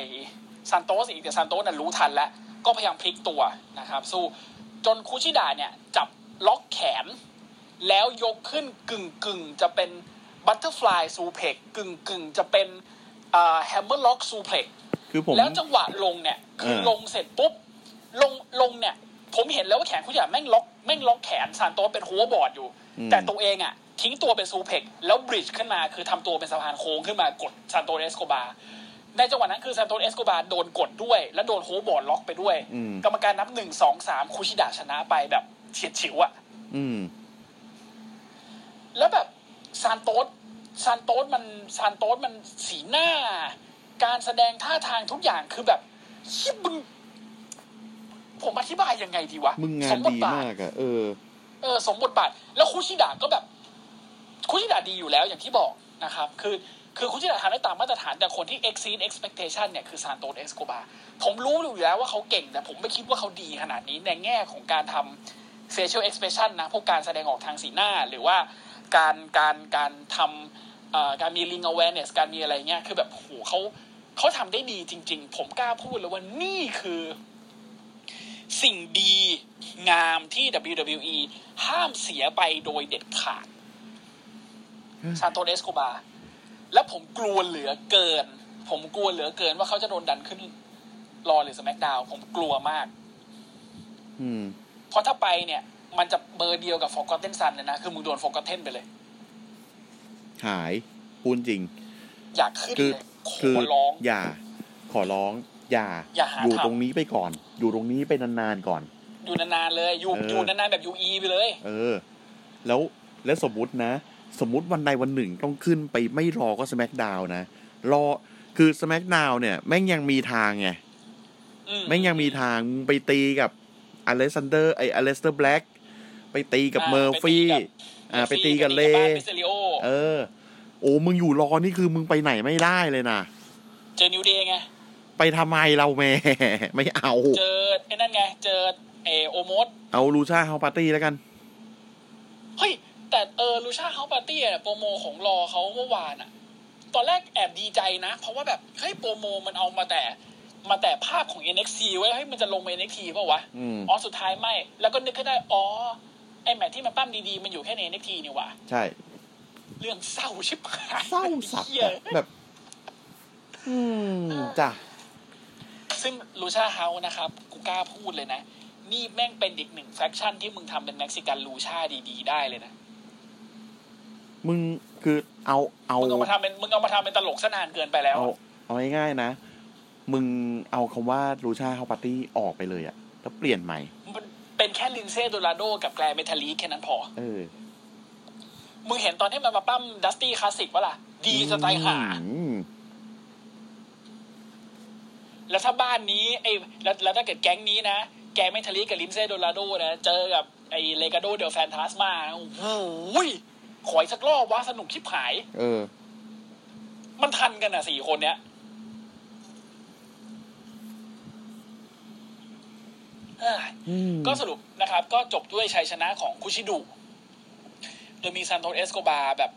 C: ซานโตสอีกแต่ซานโตสน่ะรู้ทันแล้ว ก็พยายามพลิกตัวนะครับ สู้จนคุชิดะเนี่ย จับล็อกแขน แล้วยกขึ้นกึ่งกึ่งๆจะเป็นบัตเตอร์ฟลายซูเพล็กกึ่งกึ่งๆจะเป็นแฮมเมอร์ล็อกซูเพล็ก
B: คือผม
C: แล้วจังหวะลงเนี่ย คือ
B: เออ
C: ลงเสร็จปุ๊บ ลงลงเนี่ย ผมเห็นแล้วว่าแขนคุณหยาแม่งล็อกแม่งล็อกแขนซานโตสเป็นหัวบอร์ดอยู่ แต่ตัวเองอ่ะ ทิ้งตัวเป็นซูเพกแล้วบริดจ์ขึ้นมาคือทำตัวเป็นสะพานโค้งขึ้นมากดซานโตสเอสโกบาร์ในจังหวะนั้นคือซานโตสเอสโกบาร์โดนกดด้วย และโดนโฮบอร์ดล็อกไปด้วย
B: อืม
C: กรรมการนับหนึ่งสองสามคุชิดะชนะไปแบบเฉียดฉิวอ่ะ
B: อืม
C: แล้วแบบซานโตสซานโตสมันซานโตสมันสีหน้า การแสดงท่าทางทุกอย่างคือแบบเหี้ยมึงผมอธิบายยังไงดีวะ
B: มึงงา
C: ส
B: น
C: มบท
B: ดี
C: บาท
B: มากอะเออ
C: เออสมบทบาท แล้วคุชิดะก็แบบคุชิดะดีอยู่แล้วอย่างที่บอกนะครับ คือคือคุชิดะทำได้ตามมาตรฐานแต่คนที่ exceed expectation เนี่ยคือซานโตสเอสโกบาผมรู้อยู่แล้วว่าเขาเก่ง แต่ผมไม่คิดว่าเขาดีขนาดนี้ในแง่ของการทำ facial expression นะ พวกการแสดงออกทางสีหน้า หรือว่าการการการทำเอ่อการมี ring awareness การมีอะไรเงี้ย คือแบบโหเขาเขาทำได้ดีจริง ๆ ผมกล้าพูดเลยว่านี่คือ สิ่งดีงามที่ WWE ห้ามเสียไปโดยเด็ดขาดซานโตเอสโคบา และผมกลัวเหลือเกิน ผมกลัวเหลือเกินว่าเขาจะโดนดันขึ้นรอหรือสแมกดาวผมกลัวมาก
B: อืม
C: เพราะถ้าไปเนี่ย มันจะเบอร์เดียวกับ Forgotten Sun เลยนะ คือมึงโดน Forgotten ไปเลย
B: หาย พูดจริง
C: อยากขึ้น
B: คือ
C: เลยข
B: คือ
C: อร้อง
B: อย่า ขอร้อง อย่า
C: อย่าหา
B: อยู่
C: ทำ
B: ตรงนี้ไปก่อน อยู่ตรงนี้ไปนานๆก่อน
C: อยู่นานๆเลย อยู่
B: เอออ
C: อยู่นานๆแบบยูอีไปเลย
B: เออ แล้วแล้วสมมตินะ สมมติวันใดวันหนึ่งต้องขึ้นไปไม่รอก็สแม k ดาวนะ รอคือสแม k ดาวเนี่ย แม่งยังมีทางไง
C: อืม
B: แม่งยังมีทางมึงไปตีกับอเลซันเดอร์ไออเลสเตอร์แบล็กไปตีกับ
C: อ่า
B: เมอร์ฟี่
C: ไปตีกับ
B: อ่า ไปตีกับเล
C: บ้านเบเซริโอ
B: เออ โอ้มึงอยู่รอนี่คือมึงไปไหนไม่ได้เลยนะ
C: เจอนิวเดย์ไง
B: ไปทำไมเราแม่ (laughs) ไม่เอา
C: เจอไอ้นั่นไง เจอเออโอโมส
B: เอาลูชาเฮาปาร์ตี้แล้วกัน
C: เฮ้ย แต่เออลูชาเฮาปาร์ตี้อะโปรโมของรอเขาเมื่อวานอะตอนแรกแอบดีใจนะ เพราะว่าแบบเฮ้ยโปรโมมันเอามาแต่มาแต่ภาพของ NXT ไว้เฮ้ยมันจะลงมา NXT เปล่าวะ
B: อืม
C: อ๋อสุดท้ายไม่ แล้วก็นึกขึ้นได้ อ๋อ ไอแมทที่มันปั้มดีๆ มันอยู่แค่ใน NXT นี่หว่า
B: ใช่
C: เรื่องเศร้าชิบหาย
B: เศร้าสับ
C: เหี้ย
B: อะแบบ อืม จ้ะ
C: ซึ่งลูชาเฮานะครับ กูกล้าพูดเลยนะ นี่แม่งเป็นอีกหนึ่งแฟคชั่นที่มึงทำเป็นเม็กซิกันลูชาดีๆ ได้เลยนะ
B: มึงคือเอาเอา
C: มึงเอามาทำเป็นมึงเอามาทำเป็นตลกซะนานเกินไปแล้ว
B: เอาเอาง่ายๆนะ มึงเอาคำว่าลูชาเฮาปาร์ตี้ออกไปเลยอะแล้วเปลี่ยนใหม่
C: มันเป็นแค่ลินเซ่โดราโดกับแกลเมทัลลีแค่นั้นพอ
B: เออ
C: มึงเห็นตอนที่มันมาปั้มดัสตี้คลาสสิกวะล่ะ ดีสไตล์หา
B: อืม
C: แล้วถ้าบ้านนี้ไอ้แล้วแล้วถ้าเกิดแก๊งนี้นะ แกไม่ทะเลาะกับลิมเซ่โดราโดนะ เจอกับไอ้เลกาโดเดลแฟนทาสมาโอ้โหยขออีกสักรอบว่าสนุกชิบหาย
B: เออ
C: มันทันกันอ่ะสี่คนเนี้ยเอ้ยก็สรุปนะครับ ก็จบด้วยชัยชนะของคุชิดุ โดยมีซานโตสเอสโกบาร์แบบ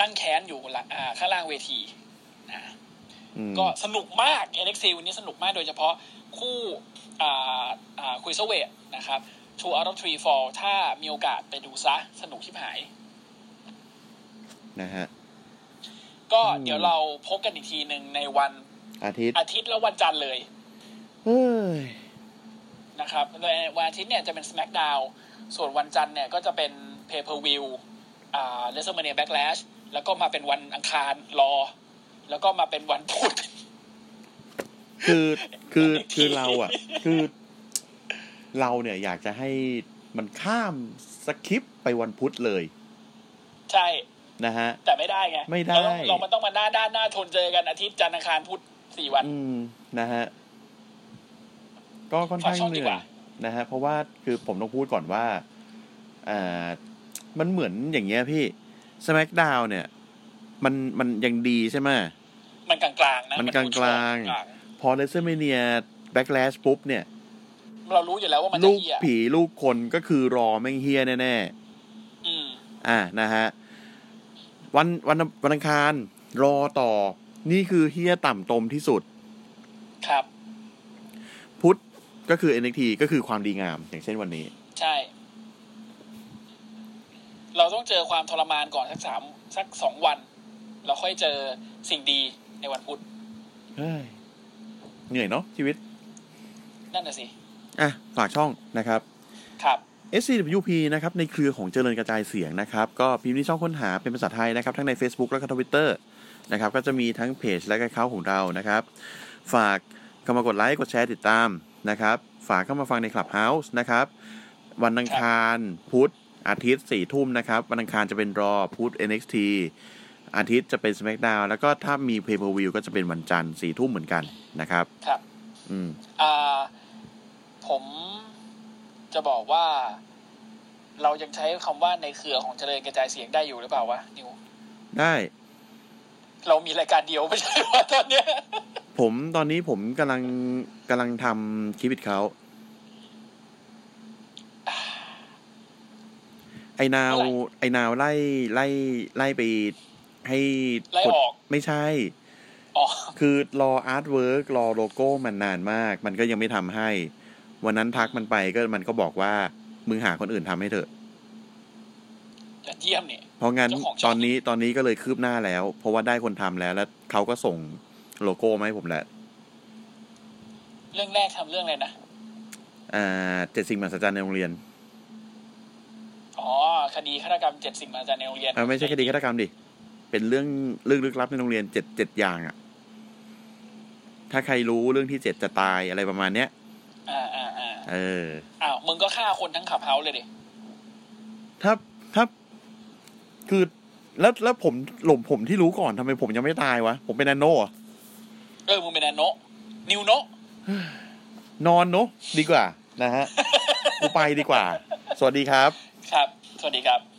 C: นั่งแค้นอยู่หลังอ่าข้างล่างเวทีนะ
B: อืม
C: ก็สนุกมาก NXT วันนี้สนุกมากโดยเฉพาะคู่อ่าอ่าคุยเซเวตนะครับ Two out of three fall ถ้ามีโอกาสไปดูซะ สนุกชิบหาย
B: นะฮะ
C: ก็
B: อืม
C: เดี๋ยวเราพบกันอีกทีหนึ่งในวัน
B: อาทิตย์
C: อาทิตย์และวันจันทร์เลย
B: เฮ้ย
C: นะครับในวันอาทิตย์เนี่ยจะเป็น SmackDown ส่วนวันจันทร์เนี่ยก็จะเป็น Pay Per View อ่า WrestleMania Backlash แล้วก็มาเป็นวันอังคารรอ แล้วก็มาเป็นวันพุธ (laughs)
B: คือคือคือเราอ่ะ คือเราเนี่ยอยากจะให้มันข้ามสคริปต์ไปวันพุธเลย
C: ใช่
B: นะฮะ
C: แต่ไม่ได้ไง
B: ไม่ได้
C: เราต้องเรามันต้องมาหน้าด้านหน้าทนเจอกันอาทิตย์จันทร์อังคารพุธสี่วัน
B: อืมนะฮะ ก็ค่อนข้าง
C: ขอช่อง
B: เห
C: ดี
B: นื่อ
C: ก
B: ย
C: ว่า
B: นะฮะ เพราะว่าคือผมต้องพูดก่อนว่าอ่ามันเหมือนอย่างเงี้ยพี่ SmackDown เนี่ย มันมันยังดีใช่ไหม
C: มันกลางๆนะ
B: มัน
C: พูด
B: กลางๆ พอ WrestleMania Backlash ปุ๊บเนี่ย
C: ๆเรารู้อยู่แล้วว่ามันจะ
B: ลูก
C: เอีย
B: ผีลูกคนก็คือรอแม่งเฮียแน่
C: อืม
B: ๆ อ่านะฮะ วันวันวันอังคารรอต่อ นี่คือเฮียต่ำตมที่สุด
C: ครับ
B: พุธก็คือ NXT ก็คือความดีงาม อย่างเช่นวันนี้
C: ใช่ เราต้องเจอความทรมานก่อนสักสามสักสองวัน เราค่อยเจอสิ่งดีในวันพุธ
B: เฮ้ย เหนื่อยเนาะชีวิต
C: นั่นน่ะสิ
B: อ่ะ ฝากช่องนะครับ
C: ครับ
B: SCWP นะครับ ในเครือของเจริญกระจายเสียงนะครับ ก็พิมพ์ที่ช่องค้นหาเป็นภาษาไทยนะครับ ทั้งใน Facebook และก็ทวิตเตอร์นะครับ ก็จะมีทั้งเพจและก็เขาของเรานะครับ ฝากเข้ามากดไลค์กดแชร์ติดตามนะครับ ฝากเข้ามาฟังใน Clubhouse นะครับ วันอังคารพุธอาทิตย์สี่ทุ่มนะครับ วันอังคารจะเป็นรอพุธ NXT อาทิตย์จะเป็น SmackDown แล้วก็ถ้ามี Pay Per View ก็จะเป็นวันจันทร์สี่ทุ่มเหมือนกันนะครับ
C: ครับ
B: อืม
C: อ่า ผมจะบอกว่า เรายังใช้คำว่าในเครือของเจริญกระจายเสียงได้อยู่หรือเปล่าวะนิว
B: ได้
C: เรามีรายการเดียวไม่ใช่ว่าตอนเนี้ย
B: ผมตอนนี้ผมกำลังกำลังทำคลิปบิดเขาไอนาว
C: เท่าไหร่
B: ไอนาวไล่ไล่ไล่ไปให้
C: ไล่ออก
B: กดไม่ใช่
C: อ๋อ
B: คือรออาร์ตเวิร์กรอโลโก้มันนานมาก มันก็ยังไม่ทำให้ วันนั้นทักมันไปก็มันก็บอกว่า มึงหาคนอื่นทำให้เถอะ
C: ยอดเยี่ยมเนี่ย
B: เพราะงั้น
C: เจ้าของ
B: ต
C: ช่อ
B: อ
C: ง
B: นนี้ตอนนี้ก็เลยคืบหน้าแล้ว เพราะว่าได้คนทำแล้ว แล้วเขาก็ส่งโลโก้มาให้ผมแล้ว
C: เรื่องแรกทำเรื่องอะไรนะ
B: อ่าเจ็ดสิ่งมหัศจรรย์ในโรงเรียน
C: อ๋อ คดีฆาตกรรมเจ็ดสิ่งมหัศจรรย์ในโรงเรียน
B: อ่าไม่ใช่คดีฆาตกรรมดิ เป็นเรื่องเรื่องลึกลับในโรงเรียนเจ็ดเจ็ดอย่างอะถ้าใครรู้เรื่องที่เจ็ดจะตายอะไรประมาณเนี้ย
C: อ่าอ่าอ่า
B: เออ
C: อ้าว มึงก็ฆ่าคนทั้งขับเฮาส์เลยดิ
B: ถ้าถ้าคือแล้วแล้วผมหลมผมที่รู้ก่อนทำไมผมยังไม่ตายวะ ผมเป็นนาโนเหรอ
C: เออ มึงเป็นนาโนะนิวโนะ
B: นอนเนอะดีกว่า นะฮะ กูไปดีกว่า สวัสดีครับ
C: ครับ สวัสดีครับ